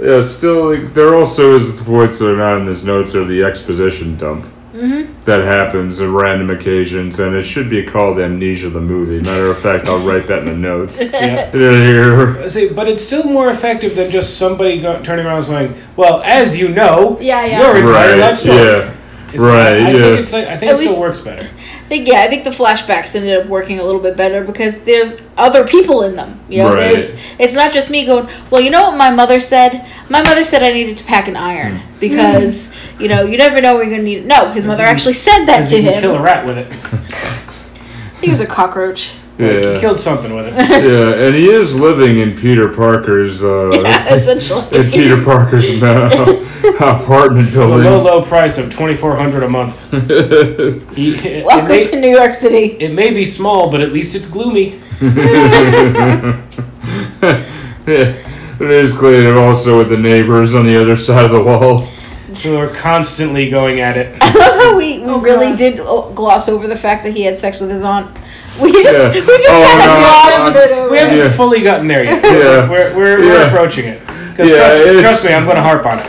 C: yeah. Still, like, there also is the points that are not in his notes are the exposition dump
E: Mm-hmm.
C: that happens on random occasions, and it should be called Amnesia the movie. Matter of fact, I'll write that in the
E: [LAUGHS]
C: notes. [LAUGHS]
E: Yeah.
C: Here.
E: See, but it's still more effective than just somebody go- turning around and saying, "Well, as you know,
B: Yeah, yeah.
E: your entire
C: Right.
E: life story."
C: Yeah.
E: It's
C: right,
E: I
C: yeah.
E: think it's like, I think
D: At
E: it still
D: least-
E: works better.
D: I think yeah, I think the flashbacks ended up working a little bit better because there's other people in them. You know,
C: Right.
D: there's it's not just me going, Well, you know what my mother said? My mother said I needed to pack an iron
C: Hmm.
D: because, you know, you never know we're gonna need it. No, his mother
E: Hmm. he-
D: actually said that
E: Because
D: to
E: you can kill
D: him.
E: a rat with it.
D: I think it was a
C: [LAUGHS]
D: cockroach. [LAUGHS]
E: You
C: Yeah.
E: killed something with it.
C: Yeah, and he is living in Peter Parker's
E: [LAUGHS]
C: uh,
D: Yeah,
C: in
D: essentially.
C: Peter Parker's uh, apartment
E: The low,
C: building.
E: low price of twenty four hundred a
C: [LAUGHS]
E: month. He- it,
D: Welcome
E: may,
D: to New York
E: [LAUGHS]
D: City.
E: it may be small, but at least it's gloomy.
C: [LAUGHS] yeah, it is clear also with the neighbors on the other side of the wall.
E: So they're constantly going at it.
D: I love how we, we
E: Oh,
D: really
B: God.
D: did o- gloss over the fact that he had sex with his aunt. We just
C: Yeah.
D: [LAUGHS] we just
C: Oh,
D: kind
C: no,
D: of glossed
C: I'm-
D: right over.
E: We haven't
C: Yeah.
E: fully gotten there yet.
C: Yeah. [LAUGHS]
E: We're, we're, we're
C: Yeah.
E: approaching it. 'Cause
C: Yeah,
E: trust,
C: it's-
E: trust me, I'm going to harp on it.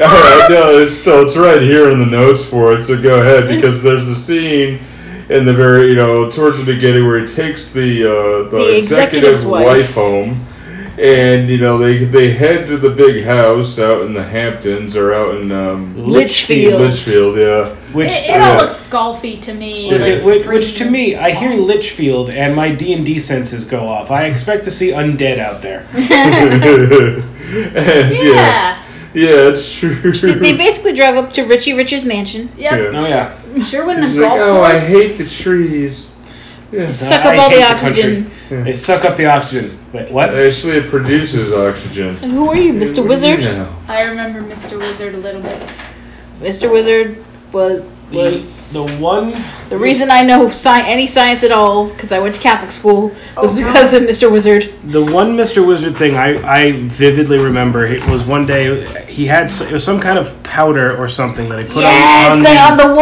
C: I know it's still it's right here in the notes for it, so go ahead because there's a scene in the very you know towards the beginning where he takes the uh, the,
D: The
C: executive's
D: executive's
C: wife.
D: wife.
C: home, and you know they they head to the big house out in the Hamptons or out in um,
D: Litchfield. Fields.
C: Litchfield,
D: [LAUGHS]
C: yeah. [LAUGHS]
E: Which
B: It, it all looks golfy to me.
E: Was
B: like
E: it, which, which
B: green
E: to
B: and
E: me, I hear Litchfield and my D and D senses go off. I expect to see undead out there.
C: And,
B: Yeah.
C: yeah, yeah, it's true.
D: They basically drove up to Richie Rich's mansion,
B: Yep.
E: Oh yeah,
B: Sure wouldn't
C: He's
B: have
C: like,
B: golf
C: oh, I
B: course.
C: hate the trees.
D: suck
E: I
D: up all
E: hate
D: the
E: the country.
D: oxygen.
E: they suck up the oxygen. Wait, what?
C: Actually, it produces oxygen.
D: And Who are you,
C: What do
D: Mr.
C: you
D: Wizard?
C: know?
B: I remember Mr. Wizard a little bit.
D: Mr. Wizard was
E: The,
D: was the,
E: the one
D: reason I know sci- any science at all because I went to Catholic school was
B: Oh,
D: because of Mr. Wizard.
E: The one Mr. Wizard thing I, I vividly remember it was one day he had s- it was some kind of powder or something that he put
D: yes,
E: on, on,
D: they
E: the,
D: on the
E: on the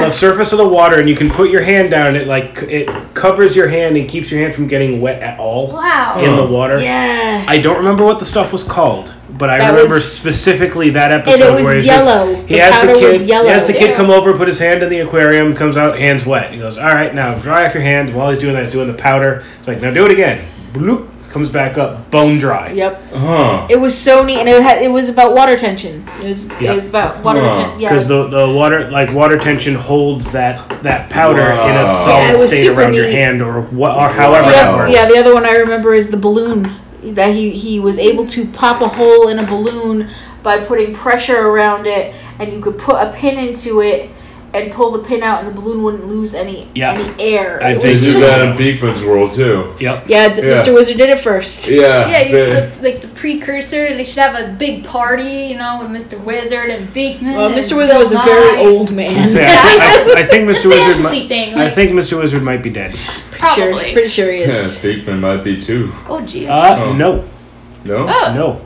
D: water.
E: surface of the water, and you can put your hand down and it like c- it covers your hand and keeps your hand from getting wet at all
B: Wow.
E: in the water.
D: yeah,
E: I don't remember what the stuff was called, but I
D: That
E: remember
D: was-
E: specifically that episode
D: was
E: where he's
D: yellow.
E: Just, he
D: The
E: has the
D: powder
E: kid.
D: was yellow.
E: He has the kid
B: Yeah.
E: come over, put his hand in the aquarium, comes out, hands wet. He goes, "All right, now dry off your hand." While he's doing that, he's doing the powder. It's like, "Now do it again." Bloop comes back up, bone dry.
D: yep.
C: Huh.
D: It was so neat, and it, had, it was about water tension. It was
E: Yeah.
D: it was about water
C: Wow.
D: tension. Yes.
E: Because the, the water like water tension holds that that powder in
C: Wow.
E: a
D: Yeah,
E: solid
D: it was
E: state
D: super
E: around your
D: neat.
E: hand or what or however that
D: yeah,
E: works.
D: yeah, the other one I remember is the balloon that he he was able to pop a hole in a balloon by putting pressure around it, and you could put a pin into it and pull the pin out, and the balloon wouldn't lose any
E: Yeah.
D: any air.
E: I
D: It
E: think
C: They
D: was
C: do
E: It's
D: just,
C: that in Beekman's world too.
E: Yep.
D: yeah, d-
C: Yeah.
D: Mr. Wizard did it first.
C: Yeah.
B: Yeah, he's
C: they-
B: the, like the precursor. They should have a big party, you know, with Mr. Wizard and Beakman.
D: Well,
B: and
D: Mr. Wizard was a
B: Bill
D: very
B: Nye.
D: old man.
E: So, yeah, I, I- I
D: [LAUGHS]
E: think Mr.
B: The
E: Wizard.
B: fantasy
E: might-
B: thing.
E: I
B: Like,
E: think Mr. Wizard might be dead.
D: Sure,
B: probably.
D: pretty sure he
C: yeah,
D: is.
C: Beekman might be too.
B: oh, jeez.
E: Uh,
C: Oh.
E: No,
C: No.
B: oh,
E: no.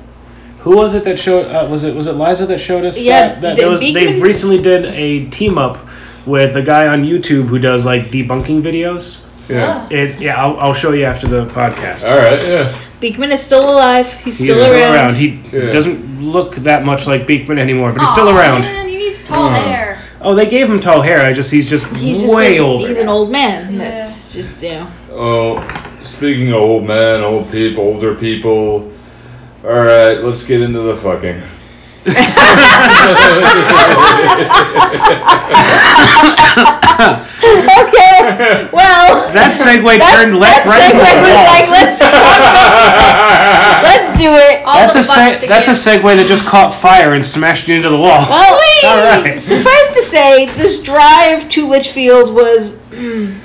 E: Who was it that showed? Uh, was it was it Liza that showed us?
D: Yeah,
E: that, that
D: the
E: there was,
D: Beekman-
E: they've recently did a team up with a guy on YouTube who does like debunking videos.
C: Yeah.
E: It's yeah, I'll, I'll show you after the podcast.
C: All right. Yeah.
D: Beekman is still alive. He's,
E: He's
D: still, around.
E: He
C: Yeah.
E: doesn't look that much like Beekman anymore, but he's
B: Aw,
E: still around.
B: Man, he needs tall hair.
E: Oh, they gave him tall hair. I just he's just
D: He's just
E: way
D: a-
E: older.
D: He's an old man. That's just you know.
C: Oh, speaking of old men, old people, older people. All right, let's get into the fucking. [LAUGHS]
D: okay. [LAUGHS] Well,
E: That segue
D: that's,
E: turned left
D: that's like,
E: right.
D: like, we're like, let's talk about
E: [LAUGHS]
D: sex. Let's do it.
B: All
E: That's
B: the
E: a
B: buttons
E: se- that's a
B: again.
E: segue that just caught fire and smashed into the wall.
D: [LAUGHS] Well,
E: All right.
D: suffice to say, this drive to Litchfield was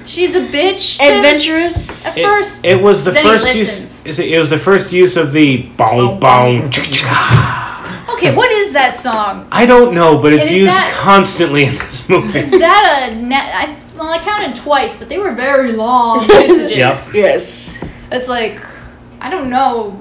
B: She's a bitch. Tim.
D: adventurous.
B: At first,
E: It was the
B: Then he
E: first
B: listens.
E: use. is It it was the first use of the bong bong.
B: okay, what is that song?
E: I don't know, but it's
B: Is
E: used
B: that-
E: constantly in
B: [LAUGHS]
E: this movie.
B: Is that a net? I, well, I counted twice, but they were very
D: [LAUGHS]
B: long usages.
E: Yep.
D: Yes.
B: It's like I don't know.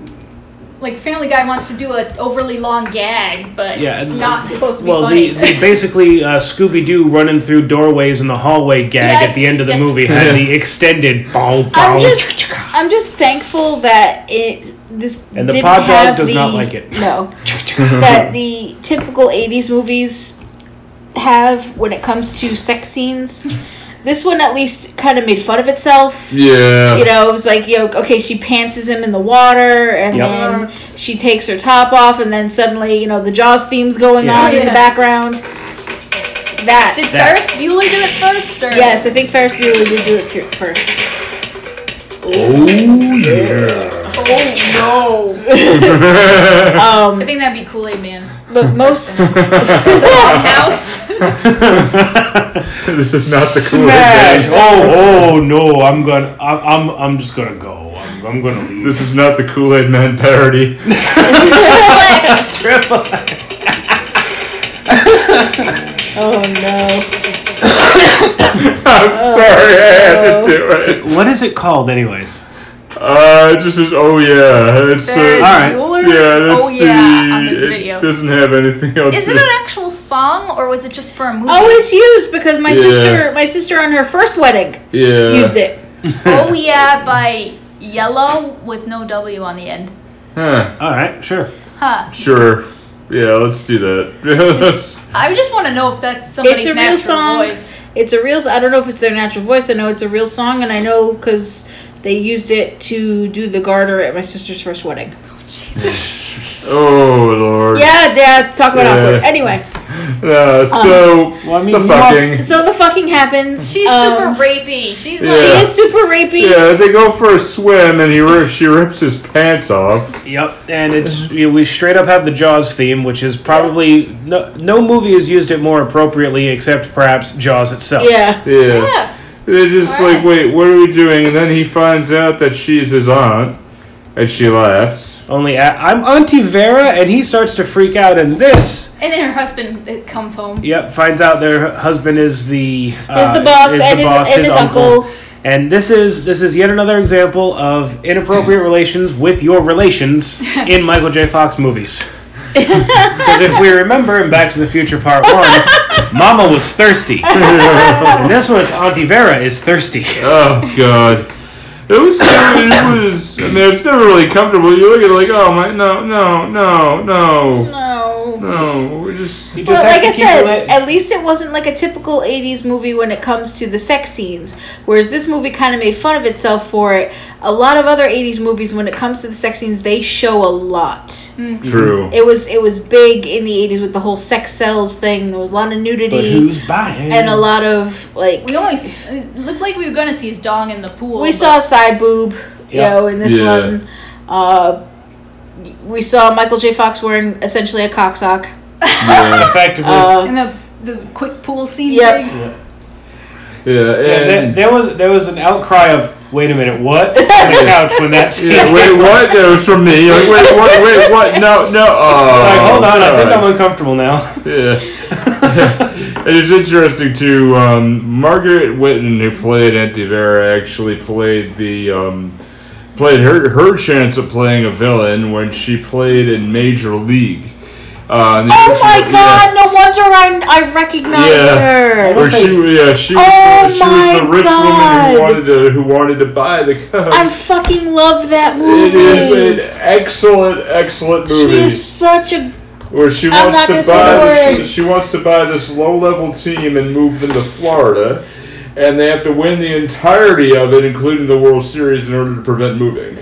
B: Like Family Guy wants to do an overly long gag, but
E: Yeah, and-
B: not supposed to be
E: Well, the,
B: funny. [LAUGHS]
E: the basically uh, Scooby Doo running through doorways in the hallway gag
B: Yes,
E: at the end of the
B: yes.
E: movie had the extended bong
D: I'm
E: bong.
D: just, I'm just thankful that it this
E: And the
D: didn't
E: pod dog
D: have
E: does
D: the,
E: not like it. [LAUGHS]
D: No, that the typical '80s movies have when it comes to sex scenes. This one at least kind of made fun of itself.
C: Yeah.
D: You know, it was like, you know, okay, she pantses him in the water, and
E: Yep.
D: then she takes her top off, and then suddenly, you know, the Jaws theme's going
E: Yeah.
D: on in the
B: Yeah.
D: background. That.
B: Oh, Did
E: that-
B: Ferris Bueller do it first? Or?
D: yes, I think Ferris Bueller did do it fir- first.
C: Oh yeah.
B: Oh no! I
D: Um,
B: think that'd be Kool Aid
E: [LAUGHS]
B: Man.
D: but
C: [LAUGHS]
D: most.
B: House.
C: [LAUGHS] this is not the coolest.
E: Smash!
C: Gang.
E: Oh, oh no! I'm gonna, I'm, I'm, I'm just gonna go. I'm, I'm gonna leave.
C: This is not the Kool Aid Man parody.
B: Flex.
E: triple.
D: Oh no.
C: [LAUGHS]
B: Oh,
C: I'm sorry, I had to do it.
E: What is it called, anyways?
C: Uh, it just is. Oh yeah, it's.
B: Ferris
C: Uh,
E: right.
B: Bueller.
C: yeah, that's
B: oh yeah,
C: the.
B: on this
C: it
B: video.
C: doesn't have anything else.
B: Is it an actual song or was it just for a movie?
D: Oh, it's used because my
C: Yeah.
D: sister, my sister on her first wedding
C: yeah.
D: used it.
B: Oh yeah by Yellow with no W on the end.
C: Huh.
E: All right, sure.
B: Huh.
C: Sure. Yeah, let's do that. [LAUGHS] Yeah, that's-
B: I just want to know if that's somebody's
D: It's a real
B: natural
D: song.
B: voice.
D: It's a real. I don't know if it's their natural voice. I know it's a real song, and I know because they used it to do the garter at my sister's first wedding.
C: oh lord.
D: Yeah, Dad, talk about
C: Yeah. [LAUGHS]
D: awkward. Anyway,
C: Uh, so
E: Well, I mean,
C: the
E: you are-
C: fucking.
D: so the fucking happens.
B: She's
D: Um,
B: super rapey. She's
C: Yeah.
D: She
B: like,
D: is super rapey.
C: Yeah, they go for a swim and he ri- she rips his pants off.
E: Yep, and it's you know, we straight up have the Jaws theme, which is probably no no movie has used it more appropriately, except perhaps Jaws itself.
D: Yeah.
C: Yeah.
B: yeah.
C: They're just
B: Alright.
C: like, wait, what are we doing? And then he finds out that she's his aunt and she laughs.
E: Only a I'm Auntie Vera, and he starts to freak out, and this
B: And then her husband uh, comes home.
E: yep finds out their husband is the
D: Is
E: uh,
D: the boss
E: is
D: and his,
E: boss,
D: and his, uncle.
E: And this is this is yet another example of
D: [LAUGHS]
E: inappropriate relations with your relations in Michael J. Fox movies. Because if we remember in Back to the Future Part
D: [LAUGHS]
E: One, Mama was thirsty, and this one's Auntie Vera is thirsty.
C: Oh god. It was it was I mean it's never really comfortable. You look at it like, oh my no, no, no, no. Oh.
D: No.
C: No. We're just
E: You
D: But
E: have
D: like
E: to
D: I
E: keep
D: said,
E: rela-
D: at least it wasn't like a typical '80s movie when it comes to the sex scenes. Whereas this movie kind of made fun of itself for it. A lot of other '80s movies, when it comes to the sex scenes, they show a lot.
C: Mm-hmm. true.
D: It was it was big in the '80s with the whole sex cells thing. There was a lot of nudity
E: buying?
D: and a lot of like.
B: We always it looked like we were gonna see his dong in the pool.
D: We
B: but-
D: saw a side boob, you
E: Yeah.
D: know, in this
C: Yeah.
D: one. Uh, we saw Michael J. Fox wearing essentially a cock sock.
C: Yeah.
E: effectively.
D: Uh,
B: And the the quick pool scene.
D: Yep.
B: thing.
C: Yeah,
E: Yeah, there,
C: and
E: there was there was an outcry of "Wait a minute, what?"
D: [LAUGHS]
E: on the couch when that scene.
C: yeah, wait, what? That was from me. Like, wait, what? Wait, what? No,
D: [LAUGHS]
C: no. Oh,
E: Like, hold on, I think
C: God.
E: I'm uncomfortable now.
C: Yeah. oh,
D: [LAUGHS]
C: [LAUGHS] it is interesting too. Um, Margaret Whitten, who played Auntie Vera, actually played the um, played her her chance of playing a villain when she played in Major League. Uh, in the
D: oh my
C: original-
D: god! No wonder I I recognized
C: Yeah.
D: her.
C: Where she, yeah, she, was,
D: Oh
C: she was the
D: my
C: rich woman
D: God.
C: who wanted to who wanted to buy the [LAUGHS]
D: I
C: Cubs.
D: fucking love that
C: It
D: movie.
C: is an excellent, excellent movie.
D: she is such a
C: Where she
D: I'm
C: wants
D: not
C: to
D: gonna say
C: buy
D: the
C: this,
D: word.
C: she wants to buy this low level team and move them to Florida, and they have to win the entirety of it, including the World Series, in order to prevent moving.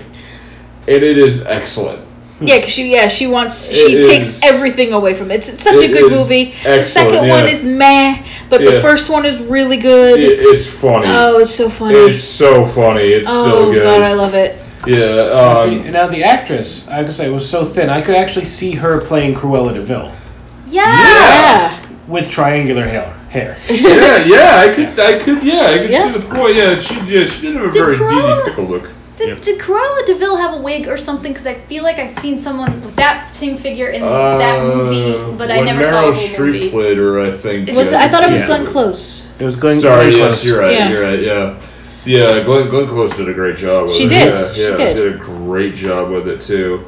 C: And it is excellent.
D: Yeah, 'cause she yeah she wants she
C: It
D: takes
C: is-
D: everything away from it. It's, it's such a
C: It
D: good
C: is
D: movie. The
C: excellent,
D: second
C: yeah.
D: one is meh, but the
C: Yeah.
D: first one is really good.
C: It, it's funny.
D: Oh, it's so funny.
C: It's so funny. It's
D: oh
C: so good.
D: god, I love it.
C: yeah.
E: See,
C: Um,
E: [LAUGHS] now the actress, I could say, was so thin. I could actually see her playing Cruella Deville
B: Yeah.
D: Yeah,
E: with triangular hair. Hair.
C: yeah, yeah. I could, I could, yeah, I could
D: Yeah.
C: see the point. Yeah, she, yeah, she did have a
B: Did
C: very
B: Cruella-
C: DD pickle look.
B: Did, did Cruella Deville have a wig or something? Because I feel like I've seen someone with that same figure in that movie, but I
C: Uh, when
B: never
C: Meryl
B: saw the
C: Streep
B: whole movie.
C: played her, I think.
B: Is
D: was
C: yeah.
D: I thought it was
E: Yeah.
D: Glenn Close.
E: It was Glenn.
C: Sorry,
E: Glenn
C: yes,
E: Close. [LAUGHS]
C: you're right.
D: Yeah.
C: You're right. Yeah, yeah. Glenn, Glenn Close did a great job. With
D: She
C: it.
D: did,
C: Yeah,
D: she
C: yeah,
D: did.
C: a great job with it too.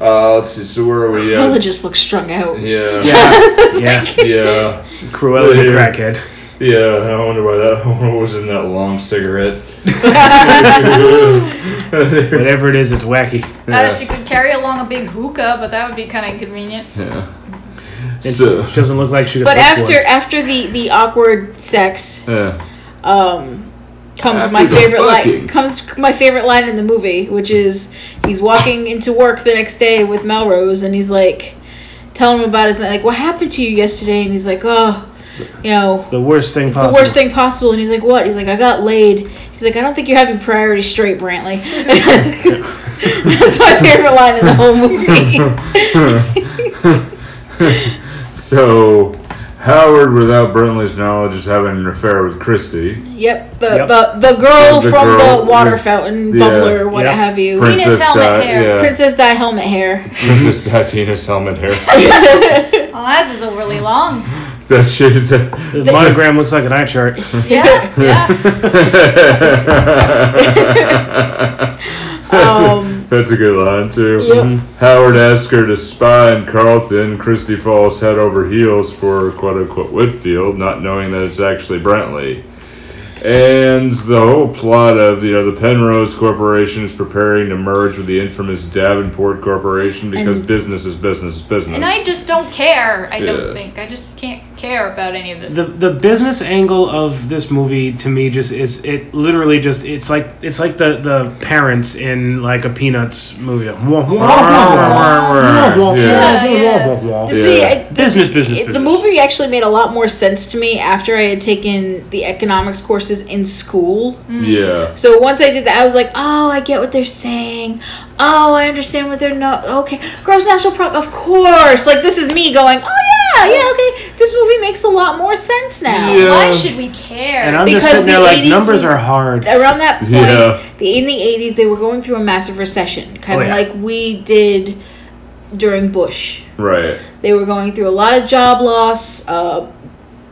C: Uh, let's see. So where are we?
D: Ella
C: At?
D: just looks strung out. [LAUGHS]
C: Yeah,
E: Yeah.
D: It's
E: Yeah.
D: like-
C: yeah,
E: Cruella the
C: Yeah.
E: crackhead.
C: yeah. I wonder why that [LAUGHS] what was in that long cigarette. [LAUGHS]
E: Whatever it is, it's wacky.
B: Uh, she could carry along a big hookah, but that would be kind of inconvenient.
C: Yeah.
E: It
C: So.
E: doesn't look like she could
D: But
E: afford
D: after after the the awkward sex,
C: Yeah.
D: um, comes
C: After
D: my
C: the
D: favorite line.
C: fucking.
D: Comes my favorite line in the movie, which is he's walking into work the next day with Melrose, and he's like, telling him about his night, like what happened to you yesterday, and he's like, oh, you know,
E: the worst thing
D: it's
E: possible.
D: the worst thing possible. And he's like, what? He's like, I got laid. He's like, I don't think you have your priorities straight, Brantley. [LAUGHS] That's my favorite line in the whole
C: [LAUGHS]
D: movie.
C: So, Howard, without Brentley's knowledge, is having an affair with Christy.
D: yep, the,
E: Yep.
D: the the girl
C: The
D: from
C: girl
D: the water
C: with-
D: fountain
C: yeah.
D: bubbler, what
E: Yep.
D: have you.
B: Prince- helmet
C: Di-
B: hair.
C: Yeah.
D: Princess Di helmet hair.
C: [LAUGHS] Princess Di penis helmet hair.
B: Oh, that's just overly long.
C: [LAUGHS] That shit. [LAUGHS] that-
E: [LAUGHS] The monogram looks like an eye chart.
B: Yeah, yeah.
D: Um,
C: That's a good line too. Mm-hmm.
D: Yep.
C: Howard asks her to spy on Carlton. Christy falls head over heels for quote unquote Whitfield, not knowing that it's actually Brentley. And the whole plot of you know the Penrose Corporation is preparing to merge with the infamous Davenport Corporation because
D: And-
C: business is business is business.
B: And I just don't care. I
C: Yeah.
B: don't think. I just can't care about any of this.
E: The the business angle of this movie to me just is it literally just it's like it's like the the parents in like a Peanuts movie.
B: Yeah,
D: this is the-
C: Yeah.
D: I-
E: Business, business,
D: it- the
E: business.
D: movie actually made a lot more sense to me after I had taken the economics courses in school.
C: Mm-hmm. yeah.
D: So once I did that, I was like, oh, I get what they're saying. Oh, I understand what they're not. Okay, Gross National Park, of course. Like this is me going, oh yeah, yeah, okay. This movie makes a lot more sense now.
C: Yeah.
B: Why should we care?
E: And I'm just
D: Because
E: sitting there
D: the
E: like
D: 80s
E: numbers
D: was-
E: are hard.
D: Around that point,
C: Yeah.
D: the in the eighties, they were going through a massive recession, kind
E: Oh,
D: of
E: yeah.
D: like we did during Bush.
C: Right.
D: They were going through a lot of job loss. Uh,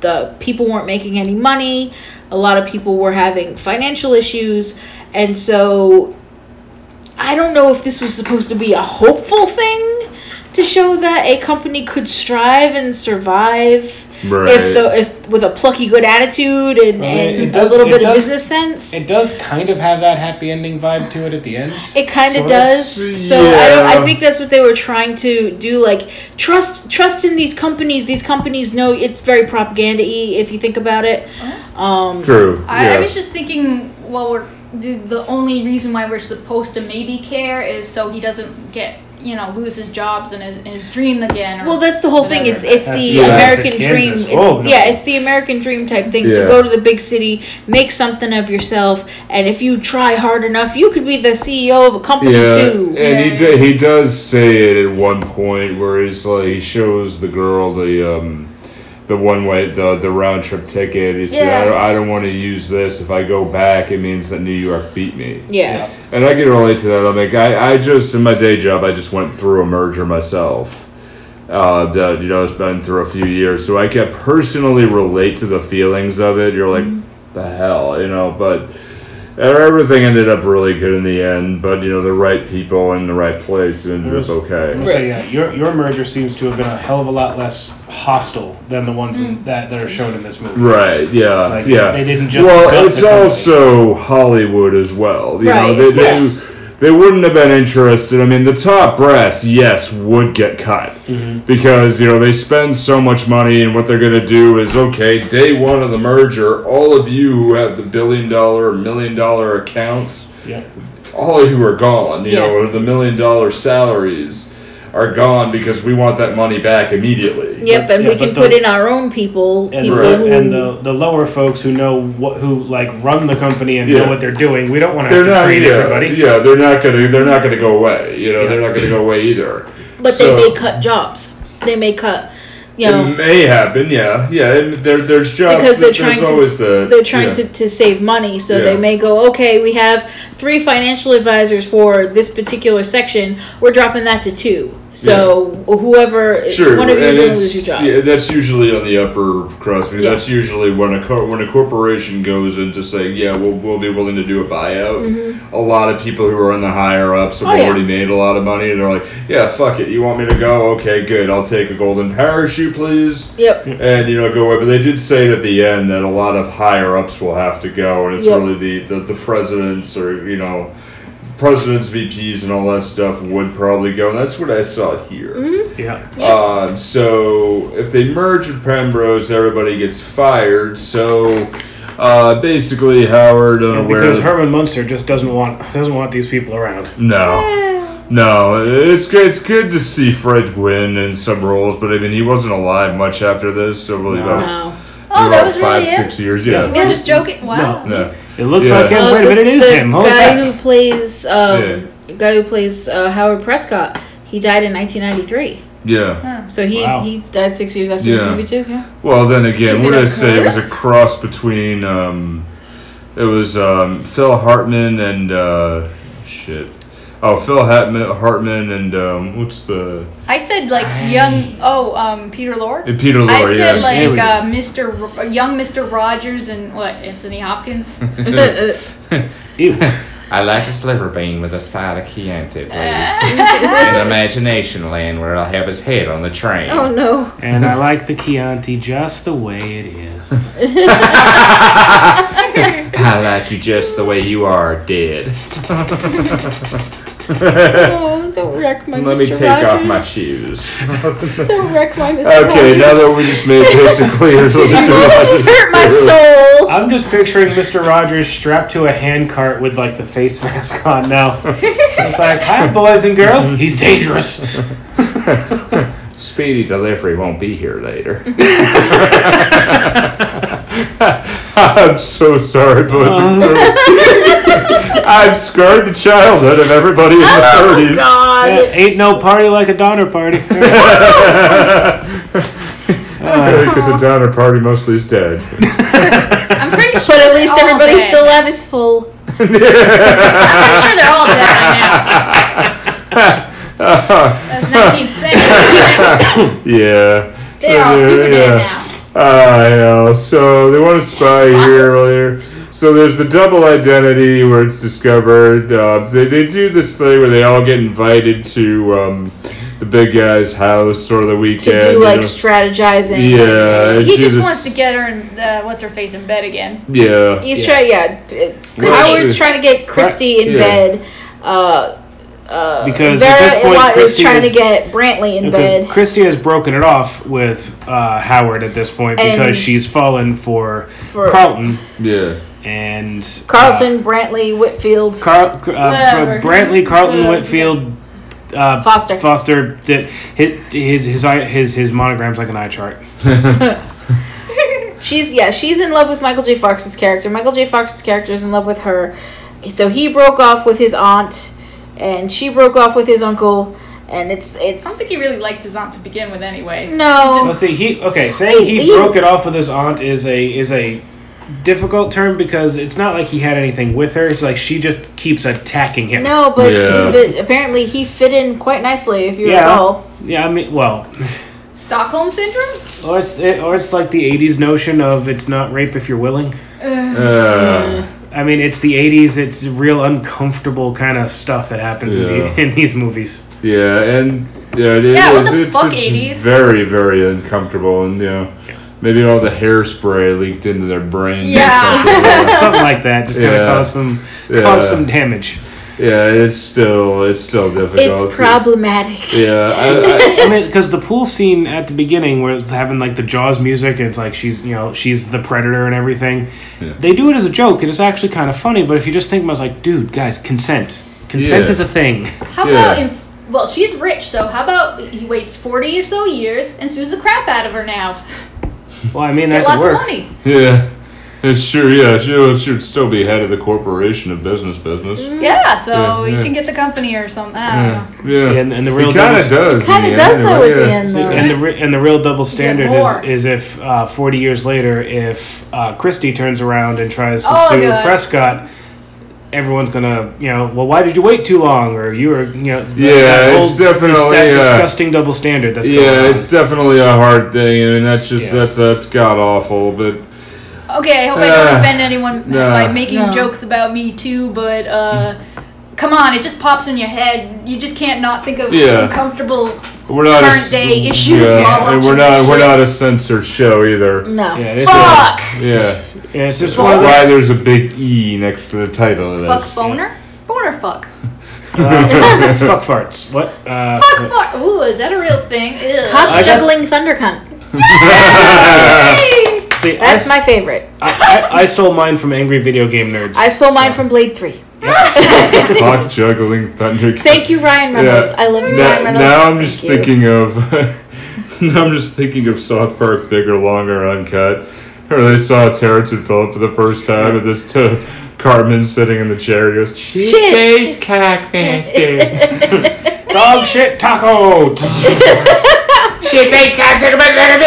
D: the people weren't making any money. A lot of people were having financial issues, and so I don't know if this was supposed to be a hopeful thing to show that a company could strive and survive
C: Right.
D: if the if with a plucky good attitude and,
E: Right,
D: and
E: it does-
D: a little
E: it
D: bit of
E: does-
D: business sense.
E: It
D: It,
E: does kind of have that happy ending vibe to it at the end.
D: kind of
E: sort of-
D: does. So I, don't, I
C: Yeah.
D: think that's what they were trying to do. Like trust trust in these companies. These companies know it's very propaganda y if you think about it. Um,
C: True.
B: I,
C: yeah.
B: I was just thinking, well, we're the, the only reason why we're supposed to maybe care is so he doesn't get you know lose his jobs and his, and his dream again. Or,
D: Well, that's the whole thing. It's it's the
E: Yeah.
D: American
E: Yeah.
D: dream.
E: Kansas.
D: It's,
E: Whoa, no.
D: Yeah, it's the American dream type thing to
C: Yeah.
D: go to the big city, make something of yourself, and if you try hard enough, you could be the CEO of a company
C: Yeah,
D: too.
C: and he
B: Yeah.
C: do, he does say it at one point where he's like he shows the girl the um the one way the the round trip ticket. He said,
D: Yeah.
C: "I don't, I don't want to use this. If I go back, it means that New York beat me."
D: Yeah.
C: And I can relate to that. I'm like, I, I just in my day job, I just went through a merger myself. Uh, that you know, it's been through a few years, so I can personally relate to the feelings of it. You're like, the hell, you know, but. Everything ended up really good in the end, but you know the right people in the right place it ended up
E: I'm
C: okay.
E: gonna say, yeah, your your merger seems to have been a hell of a lot less hostile than the ones
D: Mm.
E: in, that that are shown in this movie.
C: Right? Yeah.
E: Like,
C: yeah.
E: they didn't just gut
C: Well, it's
E: the company.
C: also Hollywood as well. You
D: Right,
C: know, they, they,
E: yes.
C: they wouldn't have been interested. I mean, the top brass, yes, would get cut
E: Mm-hmm.
C: because you know they spend so much money, and what they're going to do is okay. Day one of the merger, all of you who have the billion dollar, million dollar accounts.
E: Yeah.
C: all of you are gone, you
D: Yeah.
C: know, with the million dollar salaries. are gone because we want that money back immediately.
D: Yep, and
E: Yeah,
D: we can
E: but the-
D: put in our own people,
E: and,
D: people
C: Right.
D: who
E: and the the lower folks who know what who like run the company and
C: Yeah.
E: know what they're doing. We don't want to
C: They're
E: have to
C: not
E: train
C: yeah,
E: everybody.
C: Yeah, they're not gonna they're not gonna go away. You know,
E: Yeah.
C: they're not gonna go away either.
D: but
C: So-
D: they may cut jobs. They may cut, you know,
C: It may happen, yeah, yeah. And there, there's jobs
D: because they're
C: that
D: trying
C: there's
D: to
C: always the
D: they're trying
C: yeah.
D: to, to save money so they
C: Yeah.
D: may go okay we have three financial advisors for this particular section we're dropping that to two so whoever
C: Sure,
D: one of you
C: and
D: is going to
C: it's-
D: lose your job
C: Yeah, that's usually on the upper crust. because
D: Yeah.
C: That's usually when a co- when a corporation goes into saying, "Yeah, we'll, we'll be willing to do a buyout." A lot of people who are in the higher ups have
D: Mm-hmm. Oh, yeah.
C: already made a lot of money, and they're like, "Yeah, fuck it. You want me to go? Okay, good. I'll take a golden parachute, please."
D: yep
C: And you know, go away. But they did say at the end that a lot of higher ups will have to go, and it's
D: Yep.
C: really the, the the presidents or you know. Presidents, VPs, and all that stuff would probably go. And that's what I saw here.
B: Mm-hmm.
E: Yeah.
C: Um, so if they merge with Pembrose, everybody gets fired. So uh, basically, Howard unaware.
E: Because Herman Munster just doesn't want doesn't want these people around.
C: no, no, it's good. It's good to see Fred Gwynn in some roles, but I mean, he wasn't alive much after this. So really,
E: No.
C: about,
D: no
B: Oh, that
C: about
B: was
C: five,
B: really
C: six
B: it.
C: years.
E: Yeah.
C: Yeah,
B: You're just joking. Wow.
C: no,
E: It looks
C: Yeah.
E: like him. Wait
D: Uh,
E: a
D: this-
E: minute, it is
D: the
E: him. Holy
D: guy
E: crap.
D: who plays um, guy who plays uh, Howard Prescott he died in 1993
C: yeah.
B: uh,
D: so he,
E: Wow.
D: he died six years after this
C: Yeah.
D: movie too yeah
C: Well, then again,
B: Is
C: what
B: it
C: did
B: a
C: I say? It was a
B: curse?
C: cross between um, it was um, Phil Hartman and uh, shit. Oh, Phil Hartman, Hartman and um, what's the
B: I said like young. Oh, um, Peter Lord.
C: and Peter Lorre?
B: I
C: yeah.
B: said
E: There
B: like
E: we go.
B: uh, Mr. Ro- young Mr. Rogers and what Anthony
C: [LAUGHS]
B: Hopkins.
E: Ew.
F: I like a sliver bean with a side of Chianti, please. An imagination land where I'll have his head on the train.
D: oh no
E: And I like the Chianti just the way it is.
F: I like you just the way you are, dead.
D: oh don't wreck my
C: Let
D: Mr.
C: me take off my [LAUGHS]
D: Rogers.
C: shoes.
D: don't wreck my Mr.
C: okay, now that
D: Rogers.
C: we just made this
B: [LAUGHS]
C: clear, Mr. Rogers
D: just hurt my
C: is really-
D: soul
E: I'm just picturing Mr. Rogers strapped to a handcart with like the face [LAUGHS] mask on now. it's like, hi, boys and girls. He's dangerous.
F: Speedy delivery won't be here later.
C: I'm so sorry, boys and girls. I've scarred the childhood of everybody in the 30s.
D: God.
E: Yeah, ain't no party like a Donner party.
D: [LAUGHS]
C: [LAUGHS] Because the downer party mostly is dead. [LAUGHS]
B: I'm pretty sure.
D: But at least
B: they're all
D: everybody's
B: dead.
D: still left is full.
B: I'm pretty sure they're all dead by
C: [LAUGHS]
B: now. That's
C: [LAUGHS]
B: 1960.
C: yeah.
B: They're all
C: Yeah,
B: super dead
C: yeah.
B: now.
C: Ah, I know. So they want to spy here
B: Process.
C: earlier. So there's the double identity where it's discovered. Uh, they, they do this thing where they all get invited to um, the big guy's house or the
D: To
C: weekend.
D: do
C: you
D: like
C: know.
D: strategizing.
C: Yeah,
B: He
C: do
B: just
C: this-
B: wants to get her and uh, what's her face in bed again.
C: Yeah.
D: He's trying, yeah. uh,
C: Well,
D: Howard's
C: she-
D: trying to get Christy in
C: Yeah.
D: bed. Uh, uh,
E: Because at
D: Vera
E: this
D: and
E: point,
D: Watt is
E: Christy
D: trying to
E: is-
D: get Brantley in
E: Because
D: bed.
E: Christy has broken it off with uh, Howard at this point because
D: And-
E: she's fallen for,
D: For-
E: Carlton
C: Yeah.
E: and uh,
D: Carlton, Brantley, Whitfield.
E: Carl, uh,
B: Whatever.
E: Brantley, Carlton, Whitfield, uh,
D: Foster.
E: Foster. That his his his eye, his his monogram's like an eye chart.
D: She's yeah, she's in love with Michael J. Fox's character. Michael J. Fox's character is in love with her. So he broke off with his aunt, and she broke off with his uncle, and it's
B: I don't
D: it's
B: think he really liked his aunt to begin with, anyway.
D: no.
E: Well, see, he okay. Saying he,
D: Hey, he-
E: broke it off with his aunt is a is a difficult term because it's not like he had anything with her. It's like she just keeps attacking him.
D: No, but,
C: Yeah.
D: but apparently he fit in quite nicely. If you
E: Yeah.
D: recall,
E: Yeah, I mean, well,
B: Stockholm syndrome?
E: or it's it, or it's like the '80s notion of it's not rape if you're willing.
C: Uh,
E: I mean, it's the '80s. It's real uncomfortable kind of stuff that happens in, the,
C: Yeah.
E: in these movies.
C: yeah, and yeah, it
B: Yeah, what
C: is-
B: the
C: it's,
B: fuck,
C: it's
B: 80s?
C: very, very uncomfortable, and you know, maybe all the hairspray leaked into their brains. or
B: Yeah.
C: something.
E: [LAUGHS] Something like that, just gonna
C: Yeah.
E: cause some
C: Yeah.
E: cause some damage.
C: Yeah, it's still it's still difficult.
D: it's problematic.
C: Yeah, I, I,
E: I mean, because the pool scene at the beginning, where it's having like the Jaws music, and it's like she's you know she's the predator and everything. They do it as a joke, and it's actually kind of funny. But if you just think about, it, it's like, dude, guys, consent. Consent
C: Yeah.
E: is a thing.
B: How
C: Yeah.
B: about in Well, she's rich, so how about he waits 40 or so years and sues the crap out of her now?
E: Well, I mean,
B: Get
E: that could
B: lots
E: work.
B: of money.
C: Yeah. It sure, yeah, it should, it should still be head of the corporation of business business.
D: Mm.
B: Yeah, so
C: Yeah,
B: you
C: yeah.
B: can get the company or something. I don't know.
C: Yeah. yeah.
E: Yeah, and- and the real
C: It kind
E: doubles-
C: of does. in
D: Kind
C: the
D: of does
C: end,
D: though
C: anyway,
D: at the
C: yeah.
D: end
E: See,
D: though.
E: and the re- and the real double standard
B: more.
E: is is if uh, forty years later, if uh, Christie turns around and tries to
B: Oh,
E: sue
B: God.
E: Prescott, everyone's gonna you know well why did you wait too long or you were you know th-
C: Yeah,
E: that
C: it's definitely,
E: that
C: uh,
E: disgusting double standard that's
C: Yeah,
E: going
C: it's definitely a hard thing. I mean, that's just
E: Yeah.
C: that's that's god awful. But
B: Okay, I hope I don't
C: Uh,
B: offend anyone
C: no.
B: by making
D: No.
B: jokes about me too, but uh, come on, it just pops in your head. You just can't not think of
C: Yeah.
B: uncomfortable.
C: we're not
B: Current
C: a,
B: day issues while
C: and
B: watching
C: we're not
B: this
C: we're
B: shit.
C: not a censored show
B: Mm.
C: either.
D: no.
E: on. Yeah, it's,
B: Fuck!
C: Yeah,
E: yeah, it's just
C: that's
E: one
C: [LAUGHS]
E: of
C: why there's a big E next to the title of
B: Fuck [LAUGHS]
C: this.
B: boner? Boner fuck.
E: the uh, [LAUGHS] fuck farts. What? Uh,
B: Fuck fuck. Ooh, is that a real thing? Ew.
D: Cock
E: I got-
D: juggling thunder cunt.
B: Hey!
E: see, I
D: That's
E: s-
D: my favorite.
E: I, I, I stole mine from angry video game nerds.
D: I stole mine from Blade Three.
C: [LAUGHS] Fuck juggling thunder.
D: Thank you, Ryan Reynolds. I love you,
C: Now,
D: Ryan Reynolds.
C: now I'm
D: Thank
C: just
D: you.
C: thinking of. [LAUGHS] now I'm just thinking of South Park bigger, longer, uncut. Where they saw Terrence and Philip for the first time, and this to Cartman sitting in the chair. He goes,
D: Shit.
A: cock bastard.
E: Dog shit taco.
A: Shit face cock sucker butt like a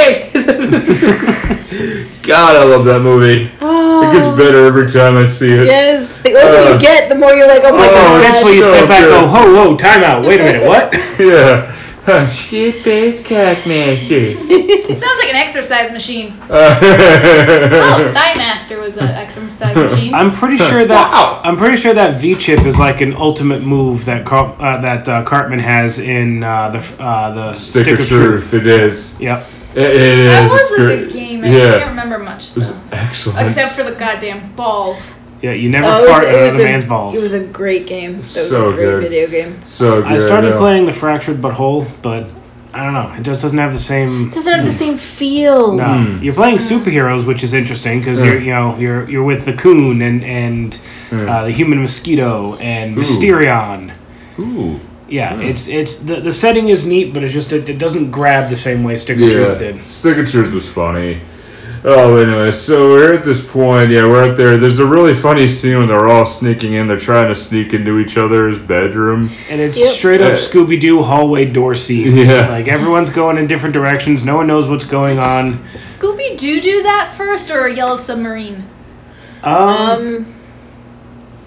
A: bitch.
C: "God, I love that movie. It gets better every time I see it."
D: Yes. The older
C: Uh,
D: you get, the more you're like, oh my
C: oh,
E: That's where
D: god.
E: you
C: so
E: step back. and Go
C: good.
E: whoa whoa time out. Wait a minute. What?
C: Yeah.
A: Shit face cock
C: [LAUGHS]
A: master.
B: It sounds like an exercise machine.
C: [LAUGHS]
B: Oh,
C: Uh,
B: Thigh Master was an
C: [LAUGHS]
B: exercise machine.
E: I'm pretty sure that I'm pretty sure that V chip is like an ultimate move that Car- uh, that uh, Cartman has in uh, the f- uh, the
C: Stick, of, truth. It is.
E: Yep.
C: It, it is.
B: that was
C: It's
B: a
C: great.
B: good game. I can't
C: Yeah.
B: remember much,
C: It was
B: though.
C: excellent.
B: Except for the goddamn balls.
E: Yeah. You never
D: Oh, it was-
E: fart
D: it
E: at
D: was
E: another
D: a-
E: man's
D: It was
E: balls.
D: a great game. That was
C: So
D: a great
C: good.
D: video game.
C: so good.
E: I started
C: yeah.
E: playing the fractured butthole, but I don't know. It just doesn't have the same.
D: Doesn't have the same feel.
E: No,
C: Hmm.
E: you're playing superheroes, which is interesting because you're you know you're you're with the coon and and uh, the human mosquito and
C: Ooh. Hmm.
E: Mysterion.
F: Ooh.
E: Yeah, it's it's the, the setting is neat, but it's just it, it doesn't grab the same way Stick of Truth did.
C: Stick of Truth was funny. Oh, anyway, so we're at this point. Yeah, we're out there. There's a really funny scene when they're all sneaking in. They're trying to sneak into each other's bedroom.
E: And it's
D: Yep.
E: straight up
C: Uh,
E: Scooby Doo hallway door scene.
C: [LAUGHS] Yeah.
E: Like everyone's going in different directions. No one knows what's going on.
B: Goopy Doo do that first or Yellow Submarine?
E: Um,
D: Um,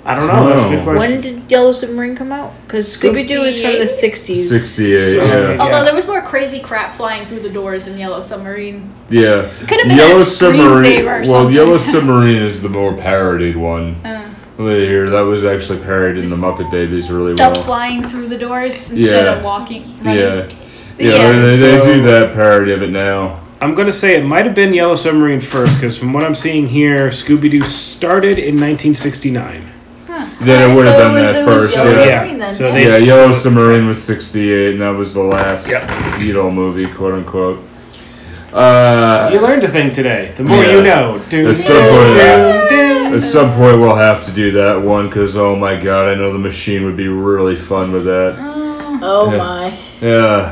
E: I don't know. That's a
C: No.
E: good question.
D: when did Yellow Submarine come out? Because Scooby Doo is from the 60s.
C: 68,
E: So-
C: yeah.
B: Although
E: Yeah.
B: there was more crazy crap flying through the doors in Yellow Submarine.
C: Yeah.
B: Could have been
C: Yellow
B: a
C: Submarine.
B: screensaver or
C: Well,
B: something.
C: Yellow Submarine is the more parodied one.
B: Uh,
C: Here, that was actually parodied in the Muppet Babies really
B: stuff
C: well.
B: flying through the doors instead
C: Yeah.
B: of walking. running.
C: Yeah. Yeah,
B: Yeah.
C: They, they
E: So-
C: do that parody of it now.
E: I'm gonna say it might have been Yellow Submarine first, because from what I'm seeing here, Scooby Doo started in 1969.
C: Then it would have
D: So it
C: been
D: was-
C: that
D: it was
C: first.
D: Yellow
C: yeah.
D: Submarine.
E: yeah.
D: then,
E: so
D: yeah.
E: they
C: Yeah, Yellow Submarine was 68, and that was the last
E: Yep.
C: Beatle movie, quote unquote. Uh,
E: You learned a thing today. The more
C: Yeah.
E: you know. Do,
C: That's so funny.
E: do, do.
C: at some point, we'll have to do that one because, oh my god, I know the machine would be really fun with that.
D: Oh
C: Yeah.
D: my.
C: Yeah.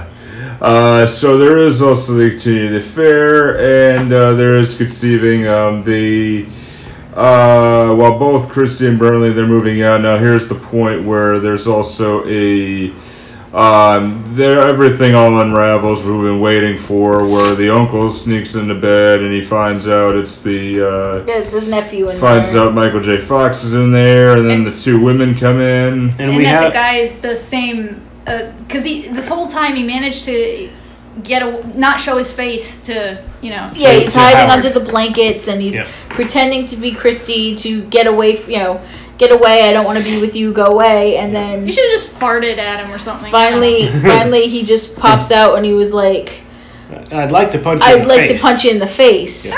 C: Uh, so there is also the continued affair, and uh, there is conceiving um, the. Uh, while both Christie and Burnley they're moving out now. Here's the point where there's also a um, there everything all unravels. We've been waiting for where the uncle sneaks into bed and he finds out it's the uh,
D: Yeah, it's his nephew and
C: finds out Michael J. Fox is in there, and then the two women come in.
E: And,
B: And
E: we
B: that
E: have
B: the guy is the same. Because he this whole time he managed to get a, not show his face to, you know.
D: Yeah, he's
E: to
D: hiding
E: Howard.
D: under the blankets and he's
E: Yeah.
D: pretending to be Christy to get away, f- you know, get away. I don't want to be with you. Go away. And then
B: You should have just farted at him or something.
E: [LAUGHS]
D: finally, finally, he just pops out and he was like,
E: I'd like to punch. you in
D: "I'd
E: the
D: like
E: face.
D: to punch you in the face."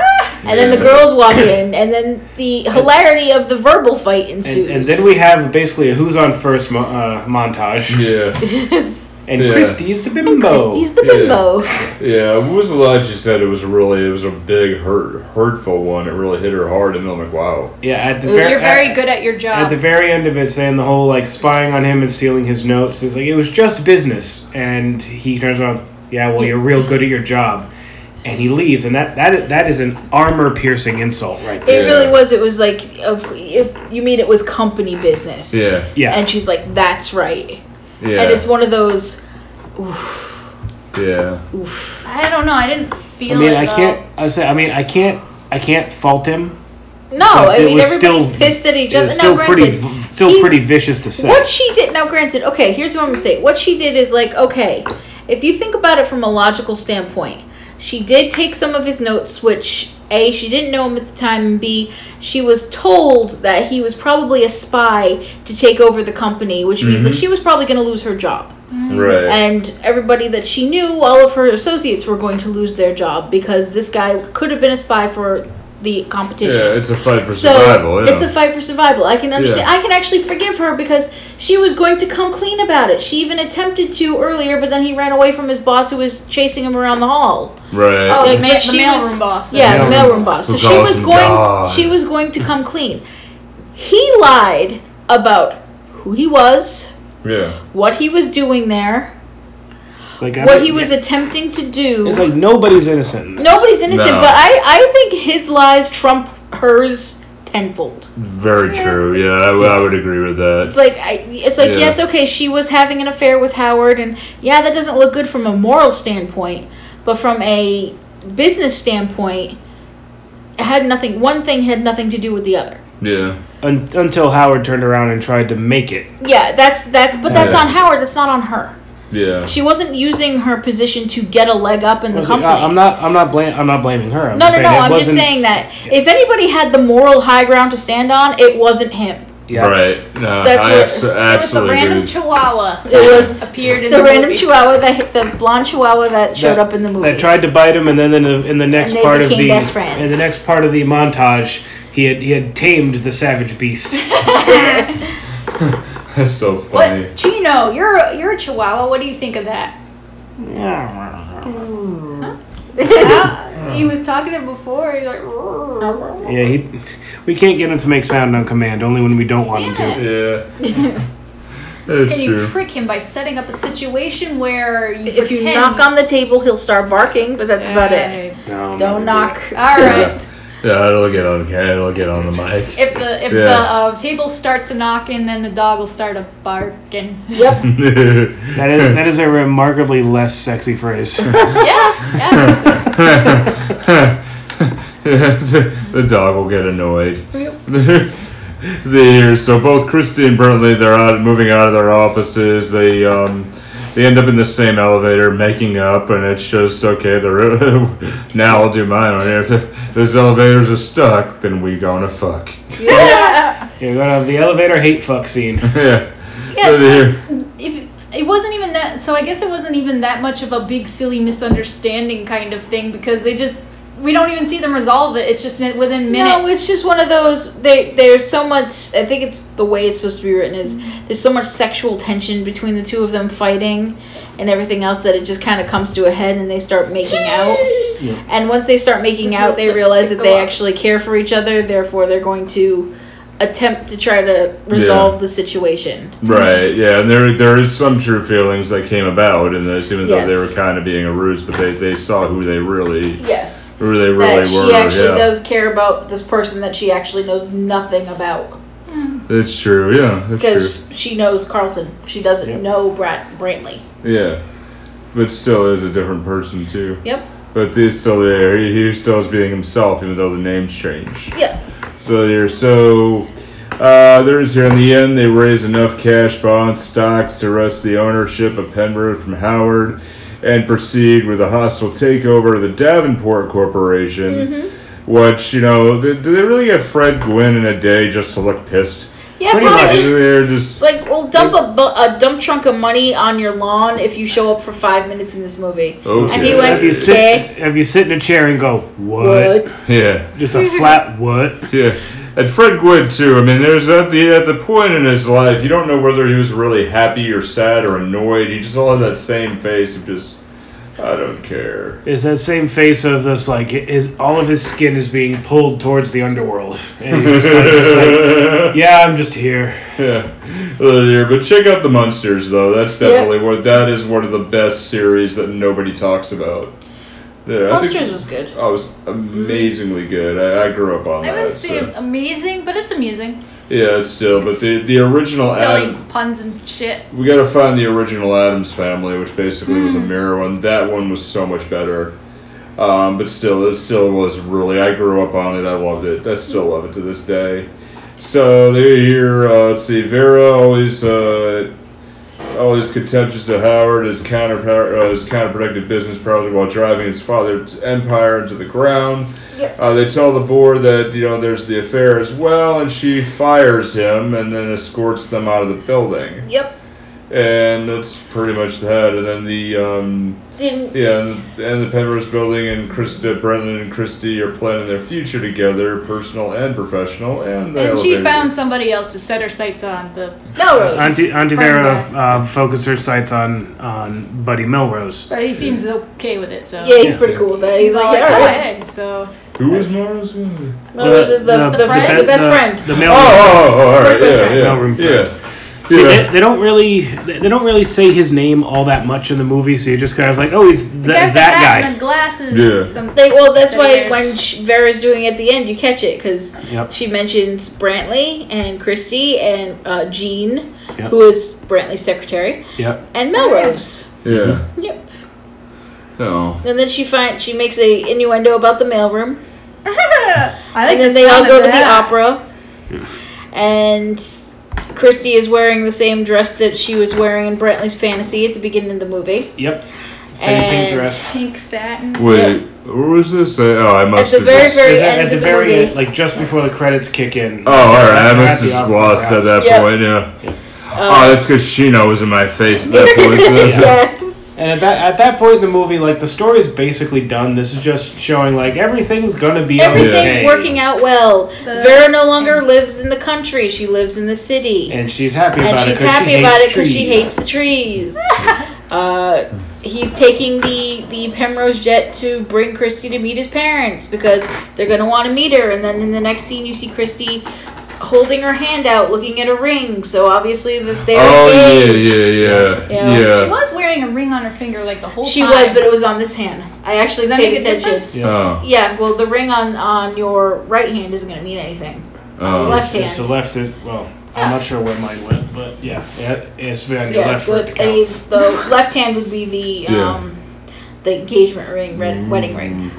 D: And then the
C: Yeah.
D: girls
E: [COUGHS]
D: walk in, and then the hilarity of the verbal fight ensues. [LAUGHS]
E: And, and then we have basically a who's on first mo- uh, montage.
C: Yeah,
D: Yes.
E: and
C: Yeah.
E: Christie's the bimbo.
D: And Christie's the
C: yeah.
D: bimbo.
C: Yeah, what was the line she said? It was a really, it was a big hurt, hurtful one. It really hit her hard, and I'm like, wow.
E: yeah, at the
B: Ooh,
E: ver-
B: You're very
E: at-
B: good at your
E: At
B: job.
E: the very end of it, saying the whole like spying on him and stealing his notes, it's like it was just business. And he turns around, yeah, well, you're real good at your job, and he leaves. And that that is, that is an armor piercing insult right there.
D: It really
C: Yeah.
D: was. It was like, of, it, you mean it was company business?
C: Yeah,
E: Yeah,
D: And she's like, that's right.
C: yeah,
D: And it's one of those.
C: yeah.
B: I don't know. I didn't
E: I
B: feel.
E: mean,
B: it
E: I
B: though.
E: can't. I say, I mean, I can't. I can't fault him.
D: No,
E: But
D: I
E: it
D: mean
E: was
D: everybody's
E: still-
D: pissed at each
E: It
D: other.
E: was
D: Now,
E: still pretty,
D: granted,
E: v- still
D: he-
E: pretty vicious to say.
D: what she did. Now, granted, okay, here's what I'm gonna say. What she did is like, okay, if you think about it from a logical standpoint, she did take some of his notes, which a she didn't know him at the time, and b she was told that he was probably a spy to take over the company, which means that she was probably gonna lose her job.
C: Right.
D: and everybody that she knew, all of her associates were going to lose their job because this guy could have been a spy for the competition.
C: Yeah, it's a fight for
D: so
C: survival. Yeah.
D: it's a fight for survival. I can understand.
C: Yeah.
D: I can actually forgive her because she was going to come clean about it. She even attempted to earlier, but then he ran away from his boss, who was chasing him around the hall.
C: right.
B: Oh,
D: Like,
B: the, ma-
D: but
B: the
D: she
B: mailroom
D: was-
B: boss.
D: Yeah, the
E: Mailroom
D: mailroom boss. So
C: Who
D: she
C: goes
D: was
C: and
D: going.
C: dies.
D: She was going to come clean. He lied about who he was,
C: yeah.
D: what he was doing there,
E: It's like, I
D: what
E: mean,
D: he was attempting to do.
E: It's like nobody's innocent. In this.
D: Nobody's innocent,
C: No.
D: but I, I think his lies trump hers tenfold.
C: Very true. Yeah, I, w- I would agree with
D: It's
C: that.
D: like I, it's like
C: Yeah.
D: yes, okay, she was having an affair with Howard, and yeah, that doesn't look good from a moral standpoint, but from a business standpoint, it had nothing. One thing had nothing to do with the other.
C: Yeah.
E: Un- until Howard turned around and tried to make it.
D: Yeah, that's that's, but that's
C: Yeah.
D: on Howard. That's not on her.
C: Yeah.
D: She wasn't using her position to get a leg up in the
E: It's like,
D: company.
E: I- uh, I'm not. I'm not. Blam- I'm not blaming her. I'm
D: no,
E: just
D: no,
E: saying
D: no.
E: it
D: I'm just
E: wasn't-
D: saying that if anybody had the moral high ground to stand on, it wasn't him.
E: Yeah.
C: Right. No,
D: That's
C: I
B: It
C: abso-
D: what-
B: was the
C: absolutely
B: random
C: agree.
B: chihuahua.
D: It was
B: appeared in
D: the,
B: the,
D: random
B: movie.
D: chihuahua that hit the blonde chihuahua that showed
E: That-
D: up in the movie.
E: That tried to bite him, and then in the, in the next
D: they
E: part of
D: became
E: the
D: best friends.
E: in the next part of the montage, he had he had tamed the savage
D: [LAUGHS]
E: beast.
C: [LAUGHS] That's so funny.
B: What Chino? You're a, you're a chihuahua. What do you think of that?
E: yeah,
B: Yeah, he was talking it before. He's like, "Roar."
E: he. We can't get him to make sound on command. Only when we don't want him to.
B: Yeah.
C: Yeah. That's
B: Can you
C: true.
B: trick him by setting up a situation where you
D: if you
B: pretend
D: knock on the table, he'll start barking, but that's about it.
E: No, I'm
D: Don't
E: not
D: knock.
B: All
D: [LAUGHS]
B: right.
C: Yeah, it'll get on. Yeah, it'll get on the mic.
B: If the if the
C: Yeah.
B: uh, table starts a knocking, then the dog will start a barking. [LAUGHS]
C: [LAUGHS]
D: Yep.
E: gonna do it. That is that is a remarkably less sexy
D: [LAUGHS]
E: phrase.
B: yeah, yeah.
C: the dog will get annoyed. the so both Christy and Burnley they're out moving out of their offices. They um they end up in the same elevator making up, and it's just okay. They're [LAUGHS] now I'll do mine. on here. If those elevators are stuck, then we gonna fuck. [LAUGHS]
E: You're gonna have the elevator hate fuck scene.
C: yeah.
E: [LAUGHS]
B: Yeah, it's
C: They're-
B: if it wasn't even that so i guess it wasn't even that much of a big silly misunderstanding kind of thing because they just we don't even see them resolve it it's just within minutes
D: No, it's just one of those. They, there's so much. I think it's the way it's supposed to be written is there's so much sexual tension between the two of them fighting and everything else that it just kind of comes to a head and they start making out. And once they start making
B: Just
D: out, they
B: let the
D: realize
B: sick
D: that they
B: go up.
D: actually care for each other. Therefore, they're going to attempt to try to resolve the situation.
C: Right. Yeah, and there there is some true feelings that came about in this, even though they
D: Yes.
C: were kind of being a ruse, but they, they saw who they really
D: Yes.
C: who they
D: that
C: really
D: she
C: were.
D: actually
C: yeah,
D: does care about this person that she actually knows nothing about
C: it's true. Yeah, it's
D: because she knows Carlton. She doesn't
E: Yep.
D: know Brad Brantley.
C: true. Yeah, but still is a different person too.
D: Yep.
C: But he's still there. He, he still is being himself, even though the names change.
D: Yep.
C: So you're so. Uh, there's here in the end, they raise enough cash, bonds, stocks to arrest the ownership of Pembroke from Howard and proceed with a hostile takeover of the Davenport Corporation.
D: Mm-hmm.
C: Which, you know, did, did they really get Fred Gwynn in a day just to look pissed?
D: Yeah,
E: Pretty much.
D: probably.
E: It's
C: They're just.
D: Like, well, dump a, bu- a dump trunk of money on your lawn if you show up for five minutes in this movie.
C: Okay.
D: And he went-
E: Have you sit
D: Okay.
E: Have you sit in a chair and go what?
D: But
C: Yeah,
E: Just a flat what?
C: yeah. And Fred Gwynn too. I mean, there's at the at the point in his life, you don't know whether he was really happy or sad or annoyed. He just all had that same face of just, I don't care. [LAUGHS]
E: It's that same face of this, like his all of his skin is being pulled towards the underworld, and he's just like, just like, yeah, I'm just here.
C: Yeah, Uh, yeah, but check out the Munsters though. That's
D: Yep.
C: definitely what that is one of the best series that nobody talks about. Yeah, I think-
D: Monsters was good.
C: I was amazingly good. I, I grew up on
B: I
C: that.
B: wouldn't
C: so-
B: say amazing, but it's amusing.
C: Yeah, it's still, but the the original
B: Silly
C: Adam,
B: puns and shit.
C: we got to find the original Adams Family, which basically was a mirror one. That one was so much better. Um, but still, it still was really. I grew up on it. I loved it. I still love it to this day. So they're here. Uh, let's see, Vera always. Uh, always contemptuous to Howard, his counter uh, his counterproductive business project while driving his father's empire into the ground. Uh, they tell the board that you know there's the affair as well, and she fires him and then escorts them out of the building.
D: Yep.
C: And that's pretty much that. And then the um,
D: Didn't
C: yeah, and, and the Penrose building and Krista, Brendan and Christy are planning their future together, personal and professional. And, the
B: And she
C: elevator.
B: found somebody else to set her sights on. The
D: Melrose.
E: Auntie Auntie
B: Friend
E: Vera uh, focused her sights on on Buddy Melrose.
B: but he seems okay with it, so
D: yeah, he's pretty cool with that. He's
B: he's all
D: like,
B: like,
D: all
B: go
D: right.
B: ahead. So
C: who was Mars. Oh,
D: Melrose is the, the, friend, the, best friend.
E: The
C: oh,
E: male.
C: oh, all right,
D: Best
C: yeah,
D: friend.
C: yeah,
E: No room for
C: yeah.
E: See,
C: yeah.
E: they, they don't really they they don't really say his name all that much in the movie, so you're just kind of like, oh, he's th-
B: the guy
E: that,
B: with the hat
E: guy.
B: and the glasses.
C: Yeah.
B: Some,
D: They, well, that's why
B: Anyway.
D: when sh- Vera's doing it at the end, you catch it because
E: Yep.
D: she mentions Brantley and Christy and uh, Jean,
E: Yep.
D: who is Brantley's secretary,
E: Yep.
D: and Melrose.
C: yeah.
D: Yep.
C: No.
D: And then she finds she makes a innuendo about the mailroom,
B: I like
D: and then
B: the
D: they all
B: sound
D: go
B: of
D: to the
B: that.
D: opera, and Christy is wearing the same dress that she was wearing in Brantley's fantasy at the beginning of the movie.
E: Yep. Same
D: And-
E: pink dress.
B: Pink satin.
C: Wait, where was this? Uh, Oh, I must
D: the
C: have
D: very,
C: just-
D: very-
E: Is that
D: end
E: at the,
D: of the
E: very
D: movie.
E: end, like just before the credits kick in.
C: Oh, all right. I
E: At
C: must have
E: the
C: just
E: opera
C: lost at
E: house.
C: that
D: Yeah.
C: point. Yeah.
D: Uh,
C: oh, that's because Shino was in my face at that point. So that's
D: yeah.
E: And at that at that point in the movie, like the story is basically done. This is just showing like everything's gonna be
D: Everything's
E: okay.
D: working out well.
B: The-
D: Vera no longer lives in the country; she lives in the city.
E: and she's happy
D: and
E: about
D: she's
E: it. 'cause
D: happy
E: she
D: about it
E: hates
D: because she
E: trees.
D: hates the trees.
B: [LAUGHS]
D: uh, he's taking the the Pemrose jet to bring Christy to meet his parents because they're gonna want to meet her. And then in the next scene, you see Christy holding her hand out, looking at a ring. So obviously that they're
C: Oh yeah,
D: engaged.
C: yeah, yeah,
D: Yeah.
B: She
C: yeah.
B: was wearing a ring on her finger like the whole
D: She
B: time.
D: was, but it was on this hand. I actually
B: Does that
D: paid
B: make a
D: attention.
B: difference?
E: Yeah.
C: Oh,
D: Yeah, well, the ring on on your right hand isn't gonna mean anything.
C: oh.
D: left hand.
E: Uh, It's the left. It, well, I'm not sure where mine went, but yeah, it, it's been on your
D: yeah,
E: left for it to
D: but
E: count.
D: a- the left hand would be the
C: Yeah.
D: um, the engagement ring, red, wedding ring.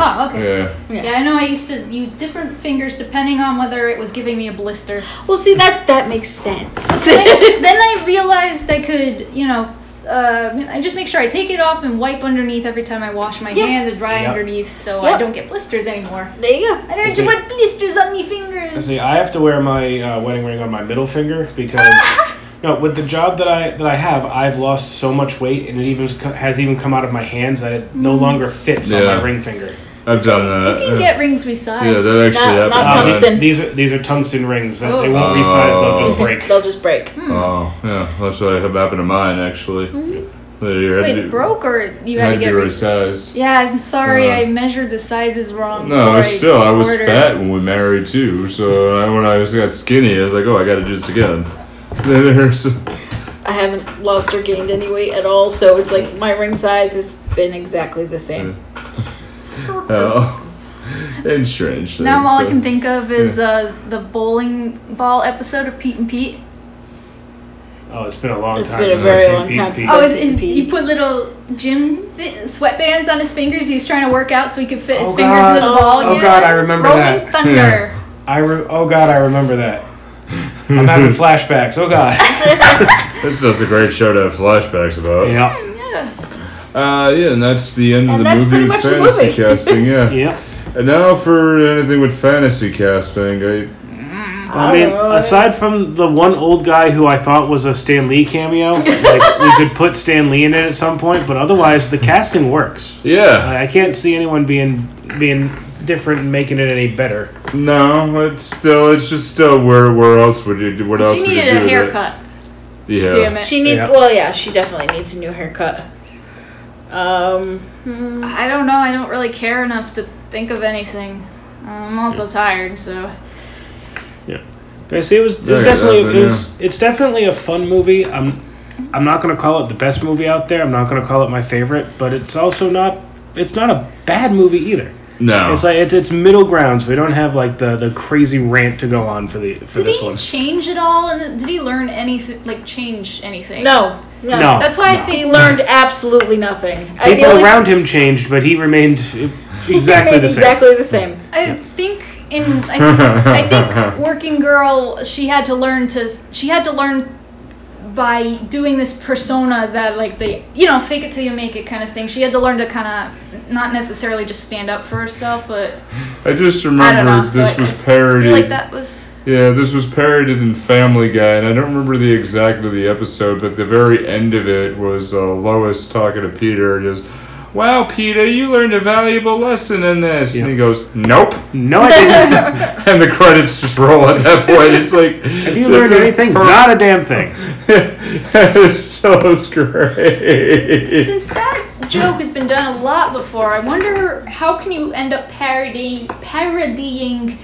B: Oh, okay.
C: Yeah.
B: Yeah. I know. I used to use different fingers depending on whether it was giving me a
D: [LAUGHS]
B: blister.
D: Well, see that that makes [LAUGHS] sense.
B: then I realized I could, you know, s- uh, I just make sure I take it off and wipe underneath every time I wash my
D: Yeah.
B: hands and dry
E: Yep.
B: underneath, so
D: Yep.
B: I don't get blisters anymore.
D: there you go.
B: I don't
E: Is it-
B: should put blisters on my fingers.
E: See, I have to wear my uh, wedding ring on my middle finger because no, with the job that I that I have, I've lost so much weight, and it even co- has even come out of my hands that it
D: Mm.
E: no longer fits on
C: Yeah.
E: my ring finger.
C: I've done
B: [LAUGHS] You
C: that.
B: can
C: yeah.
B: get rings resized.
C: Uh, yeah, that actually
D: Not- not
E: Uh,
C: happened.
D: tungsten.
E: these are these are tungsten rings that they
B: Oh.
E: won't resize; they'll just
C: Oh.
E: [LAUGHS]
D: [LAUGHS]
E: break.
D: They'll just break.
C: Oh, yeah. That's what happened to mine actually. That you had to
B: Mm-hmm. Wait,
C: do-
B: broke or you had,
C: Had
B: to
C: to be
B: get res-
C: resized.
B: Yeah, I'm sorry.
C: Uh,
B: I measured the sizes wrong.
C: No, I
B: before
C: still I was
B: ordered.
C: fat when we married too. So I, when I was got skinny, I was like, oh, I got to do this again. [LAUGHS]
D: I haven't lost or gained any weight at all, so it's like my ring size has been exactly the same.
C: Oh, and strange.
B: Now
C: things,
B: all I
C: but-
B: can think of is uh, the bowling ball episode of Pete and Pete.
E: Oh, it's been a long
D: It's
E: time.
D: been a
E: since I've
D: very
E: seen
D: long
E: Pete
D: time
E: Pete.
D: since-
B: Oh, is,
D: Pete and
B: is
D: Pete.
B: you put little gym fit, sweatbands on his fingers. He was trying to work out so he could fit his
E: Oh,
B: fingers
E: God.
B: in the ball.
E: Oh,
B: yeah.
E: God, I remember
B: Rolling
E: that.
B: Thunder.
C: Yeah.
E: I re- oh god, I remember that.
C: [LAUGHS]
E: I'm having flashbacks. Oh god.
C: That's, that's a great show to have flashbacks about.
E: yeah.
B: Yeah.
C: Uh, yeah, and that's the end
D: And
C: of the
D: that's
C: movie
D: pretty
C: with
D: much the
C: fantasy
D: movie.
C: casting. Yeah.
E: Yeah.
C: And now for anything with fantasy casting. I,
E: I mean, aside from the one old guy who I thought was a Stan Lee cameo, like we could put Stan Lee in it at some point, but otherwise the casting works.
C: yeah.
E: I I can't see anyone being being different in making it any better.
C: No, it's still it's just still where where else would you do what else
B: She
C: would you
B: needed
C: do
B: a
C: with it?
B: haircut.
C: Yeah.
B: Damn it.
D: She needs.
E: Mm. Yeah.
D: Well, yeah, she definitely needs a new haircut. Um, hmm,
B: I don't know. I don't really care enough to think of anything. Uh, I'm also tired, so.
E: Yeah, see, it was, it was
C: Yeah,
E: definitely
C: yeah,
E: it was, it's definitely a fun movie. I'm I'm not gonna call it the best movie out there. I'm not gonna call it my favorite, but it's also not it's not a bad movie either.
C: No.
E: It's like it's it's middle ground, so we don't have like the, the crazy rant to go on for the for
B: Did
E: this
B: he
E: one.
B: change at all? And did he learn anything? Like change anything?
D: no, no,
E: No.
B: That's why I
E: No.
B: think
D: He learned absolutely nothing. I- the
E: People
D: only-
E: around him changed, but he remained exactly
D: remained
E: the same.
D: Exactly the same.
B: I think in I, I think working girl she had to learn to she had to learn by doing this persona that like they you know fake it till you make it kind of thing. She had to learn to kind of not necessarily just stand up for herself, but
C: I just
B: I don't
C: remember
B: know. so
C: this
B: I-
C: was
B: I
C: parodied.
B: feel like that was
C: Yeah, this was parodied in Family Guy, and I don't remember the exact of the episode, but the very end of it was uh, Lois talking to Peter, just, "Wow, Peter, you learned a valuable lesson in this," and he goes, "Nope," [LAUGHS]
E: No, I didn't.
C: and the credits just roll at that
E: [LAUGHS]
C: point. It's like,
E: Have you learned
C: this is
E: anything?
C: per-
E: Not a damn thing.
C: [LAUGHS] it's so [LAUGHS] great.
B: since that joke has been done a lot before. I wonder how can you end up parodying parodying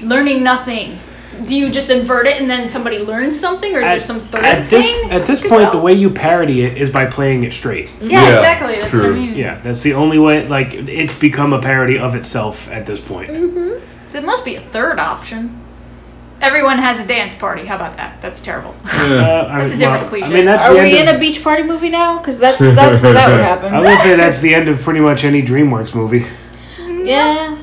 B: learning nothing. Do you just invert it and then somebody learns something, or is there some third
E: at
B: thing? Mm-hmm.
E: this at this
B: Could
E: point, the
B: go.
E: way you parody it is by playing it straight.
B: Yeah,
C: Yeah,
B: exactly. That's what
C: true.
B: I mean.
E: Yeah, that's the only way. Like, it's become a parody of itself at this point.
B: There must be a third option. Everyone has a dance party. How about that? That's terrible.
E: Uh,
C: Yeah.
E: I, mean,
B: a different
E: well,
B: cliche.
E: I mean, that's
D: Are
E: the
D: we
E: end.
D: in
E: Of,
D: a beach party movie now? Because
E: [LAUGHS]
D: that's that's where that would happen.
E: I will say that's the end of pretty much any DreamWorks movie.
D: Yeah.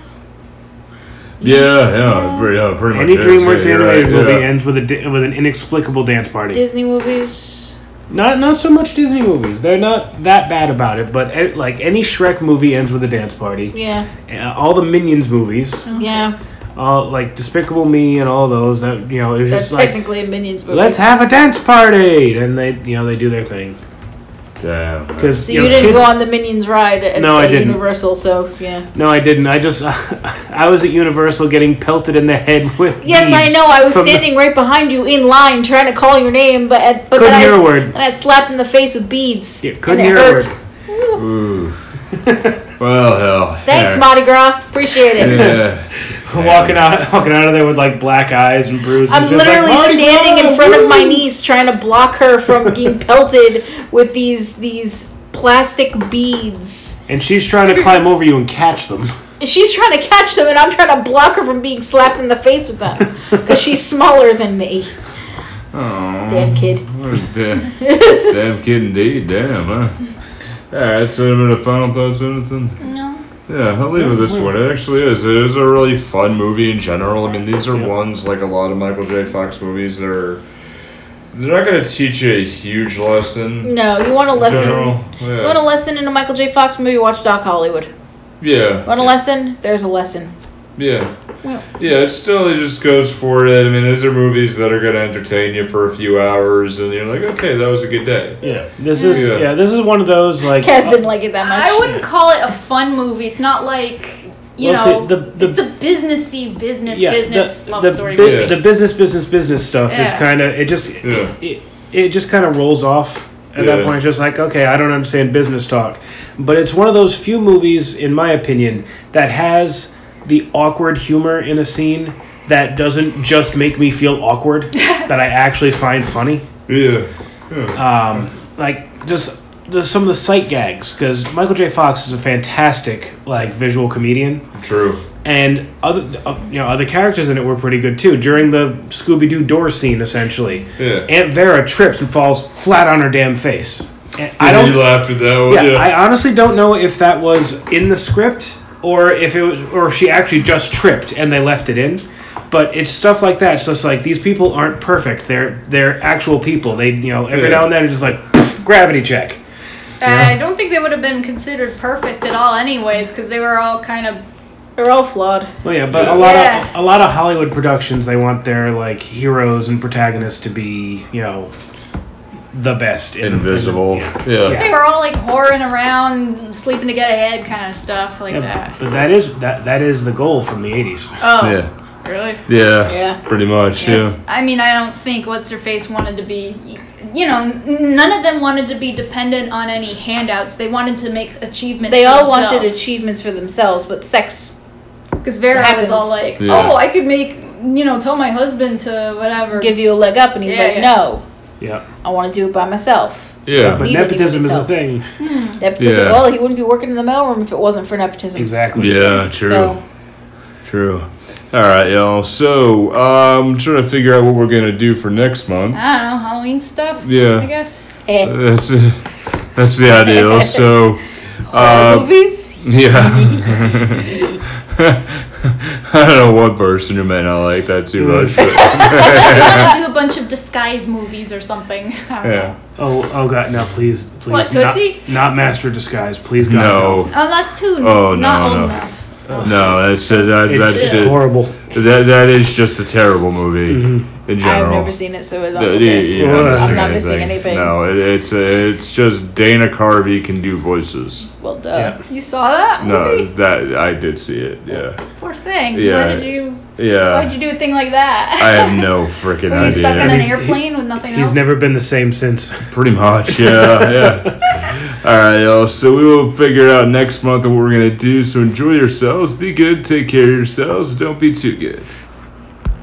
C: Yeah, yeah, pretty, yeah, pretty much.
E: Any
C: is.
E: DreamWorks
C: Yeah, you're
E: animated
C: right,
E: movie
C: yeah.
E: ends with a di- with an inexplicable dance party.
D: Disney movies.
E: not not so much Disney movies. They're not that bad about it, but eh, like any Shrek movie ends with a dance party.
D: Yeah.
E: Uh, all the Minions movies,
D: Yeah.
E: all like Despicable Me and all those that you know, it was
D: That's
E: just like
D: technically a Minions movie.
E: let's have a dance party, and they you know they do their thing
C: Damn.
E: because
D: so you didn't go on the Minions ride at,
E: No, I
D: at
E: didn't.
D: Universal, so yeah.
E: No, I didn't. I just [LAUGHS] I was at Universal getting pelted in the head with.
D: Yes, I
E: beads
D: know. I was
E: from the-
D: standing right behind you in line trying to call your name, but at, but
E: Couldn't
D: then
E: hear
D: I,
E: a word.
D: And I slapped in the face with beads.
E: Yeah, couldn't hear
D: and it
E: a
D: hurt.
E: word.
C: Ooh. well, hell.
D: Thanks,
C: yeah.
D: Mardi Gras. Appreciate it.
C: Yeah.
E: [LAUGHS] walking out, walking out of there with like black eyes and bruises.
D: I'm
E: It's like,
D: literally
E: "Mardi
D: standing
E: Gras,
D: in front of my
E: woo!"
D: niece trying to block her
E: [LAUGHS]
D: from being pelted with these these plastic beads.
E: And she's trying to climb over you and catch them.
D: And she's trying to catch them, and I'm trying to block her from being slapped in the face with them because she's smaller than me.
C: Aw.
E: Mm-hmm.
D: Damn kid. [LAUGHS]
C: What a damn.
D: It's just-
C: Damn kid indeed, damn, huh? Alright, so any minute final thoughts on it then?
B: No.
C: Yeah, I'll leave with this one. It actually is. It is a really fun movie in general. I mean, these are ones like a lot of Michael J. Fox movies that are. They're not going to teach you a huge lesson.
D: No, you want a lesson.
C: General.
D: You want a
C: Yeah.
D: lesson in a Michael J. Fox movie? Watch Doc Hollywood.
C: Yeah.
D: Want a lesson? There's a lesson.
C: Yeah.
D: Well-
C: Yeah, it still it just goes for it. I mean, these are movies that are going to entertain you for a few hours, and you're like, okay, that was a good day.
E: Yeah, this is
C: Yeah.
E: yeah, this is one of those like. uh,
D: Cass didn't like it that much.
B: I wouldn't call it a fun movie. It's not like you
E: Well, see,
B: know.
E: the- the-
B: it's a businessy business
E: yeah,
B: business
E: the,
B: love
E: the,
B: story.
E: bu-
B: movie.
E: the business, business, business stuff is
B: Yeah.
E: kind of it. Just
C: Yeah.
E: it, it just kind of rolls off at that
C: Yeah.
E: point. It's just like, okay, I don't understand business talk. But it's one of those few movies, in my opinion, that has the awkward humor in a scene that doesn't just make me feel
B: [LAUGHS]
E: awkward, that I actually find funny.
C: Yeah. Yeah.
E: Um, like, just. the- Some of the sight gags, because Michael J. Fox is a fantastic like visual comedian
C: True.
E: and other uh, you know other characters in it were pretty good too. During the Scooby Doo door scene, essentially,
C: Yeah.
E: Aunt Vera trips and falls flat on her damn face. And I
C: Yeah,
E: don't.
C: You laughed at that one.
E: Yeah,
C: Yeah.
E: I honestly don't know if that was in the script or if it was, or if she actually just tripped and they left it in. But it's stuff like that. It's just like these people aren't perfect. They're they're actual people. They you know every
C: Yeah.
E: now and then it's just like pff, gravity check.
B: I don't think they would have been considered perfect at all, anyways, because they were all kind of
D: They're all flawed.
E: Well, yeah, but a lot
B: Yeah.
E: of a lot of Hollywood productions they want their like heroes and protagonists to be you know the best in
C: Invisible.
E: Yeah.
C: Yeah.
E: Yeah.
B: They were all like whoring around, sleeping to get ahead, kind of stuff like
E: Yeah,
B: that.
E: but, but that is that that is the goal from the 80s.
B: Oh,
C: Yeah.
B: really?
C: Yeah.
D: Yeah.
C: Pretty much.
B: Yes. I mean, I don't think what's her face wanted to be. You know, n- none of them wanted to be dependent on any handouts. They wanted to make achievements.
D: They all wanted achievements for themselves, but sex.
B: because Vera
D: happens.
B: was all like,
C: Yeah.
B: "Oh, I could make you know, tell my husband to whatever."
D: Give you a leg up, and he's
B: Yeah,
D: like,
B: yeah.
D: "No,
E: Yeah,
D: I want to do it by myself."
C: Yeah. Yeah.
E: but
D: He didn't even
E: nepotism is a
D: sell.
E: thing.
B: Mm-hmm.
D: Nepotism.
C: Yeah.
D: Well, he wouldn't be working in the mailroom if it wasn't for nepotism.
E: Exactly.
C: Yeah. True.
D: So
C: True. All right, y'all. So um, I'm trying to figure out what we're gonna do for next month.
B: I don't know Halloween stuff.
C: Yeah.
B: I [LAUGHS] guess.
D: eh.
C: That's [LAUGHS] that's the idea. So
D: Horror
C: uh,
D: movies.
C: yeah. [LAUGHS] I don't know one person who may not like that too much. But,
B: I want
C: [LAUGHS]
B: to do a bunch of disguise movies or something. [LAUGHS] I don't know.
C: yeah.
E: Oh, oh God, no! Please, please,
B: What,
E: not,
B: Tootsie?
E: not master disguise, please, God.
C: No.
B: Oh, that's too
C: Oh,
B: not
C: no,
B: old
C: no.
B: enough.
C: No. That's uh, that,
E: It's,
C: that's
E: it's
C: ju-
E: horrible.
C: that that is just a terrible movie in general.
D: I've never seen it, so it's all
C: Uh, yeah,
D: okay.
C: yeah, I'm
E: Ugh.
C: not
E: I'm
D: not
C: missing
D: missing anything.
C: No, it, it's uh, it's just Dana Carvey can do voices.
D: Well,
E: Yeah.
D: duh.
B: You saw that
C: No,
B: movie?
C: that I did see it. Yeah,
B: Poor thing.
C: Yeah.
B: Why did you? Why'd
C: yeah.
B: you do a thing like that?
C: I
B: [LAUGHS]
C: have no freaking
B: Were you stuck in
C: idea.
B: an
E: He's-
B: airplane with nothing
E: He's
B: else?
E: never been the same since.
C: Pretty much. Yeah, yeah. All right, y'all. So we will figure out next month what we're gonna do. So enjoy yourselves. Be good. Take care of yourselves. Don't be too good.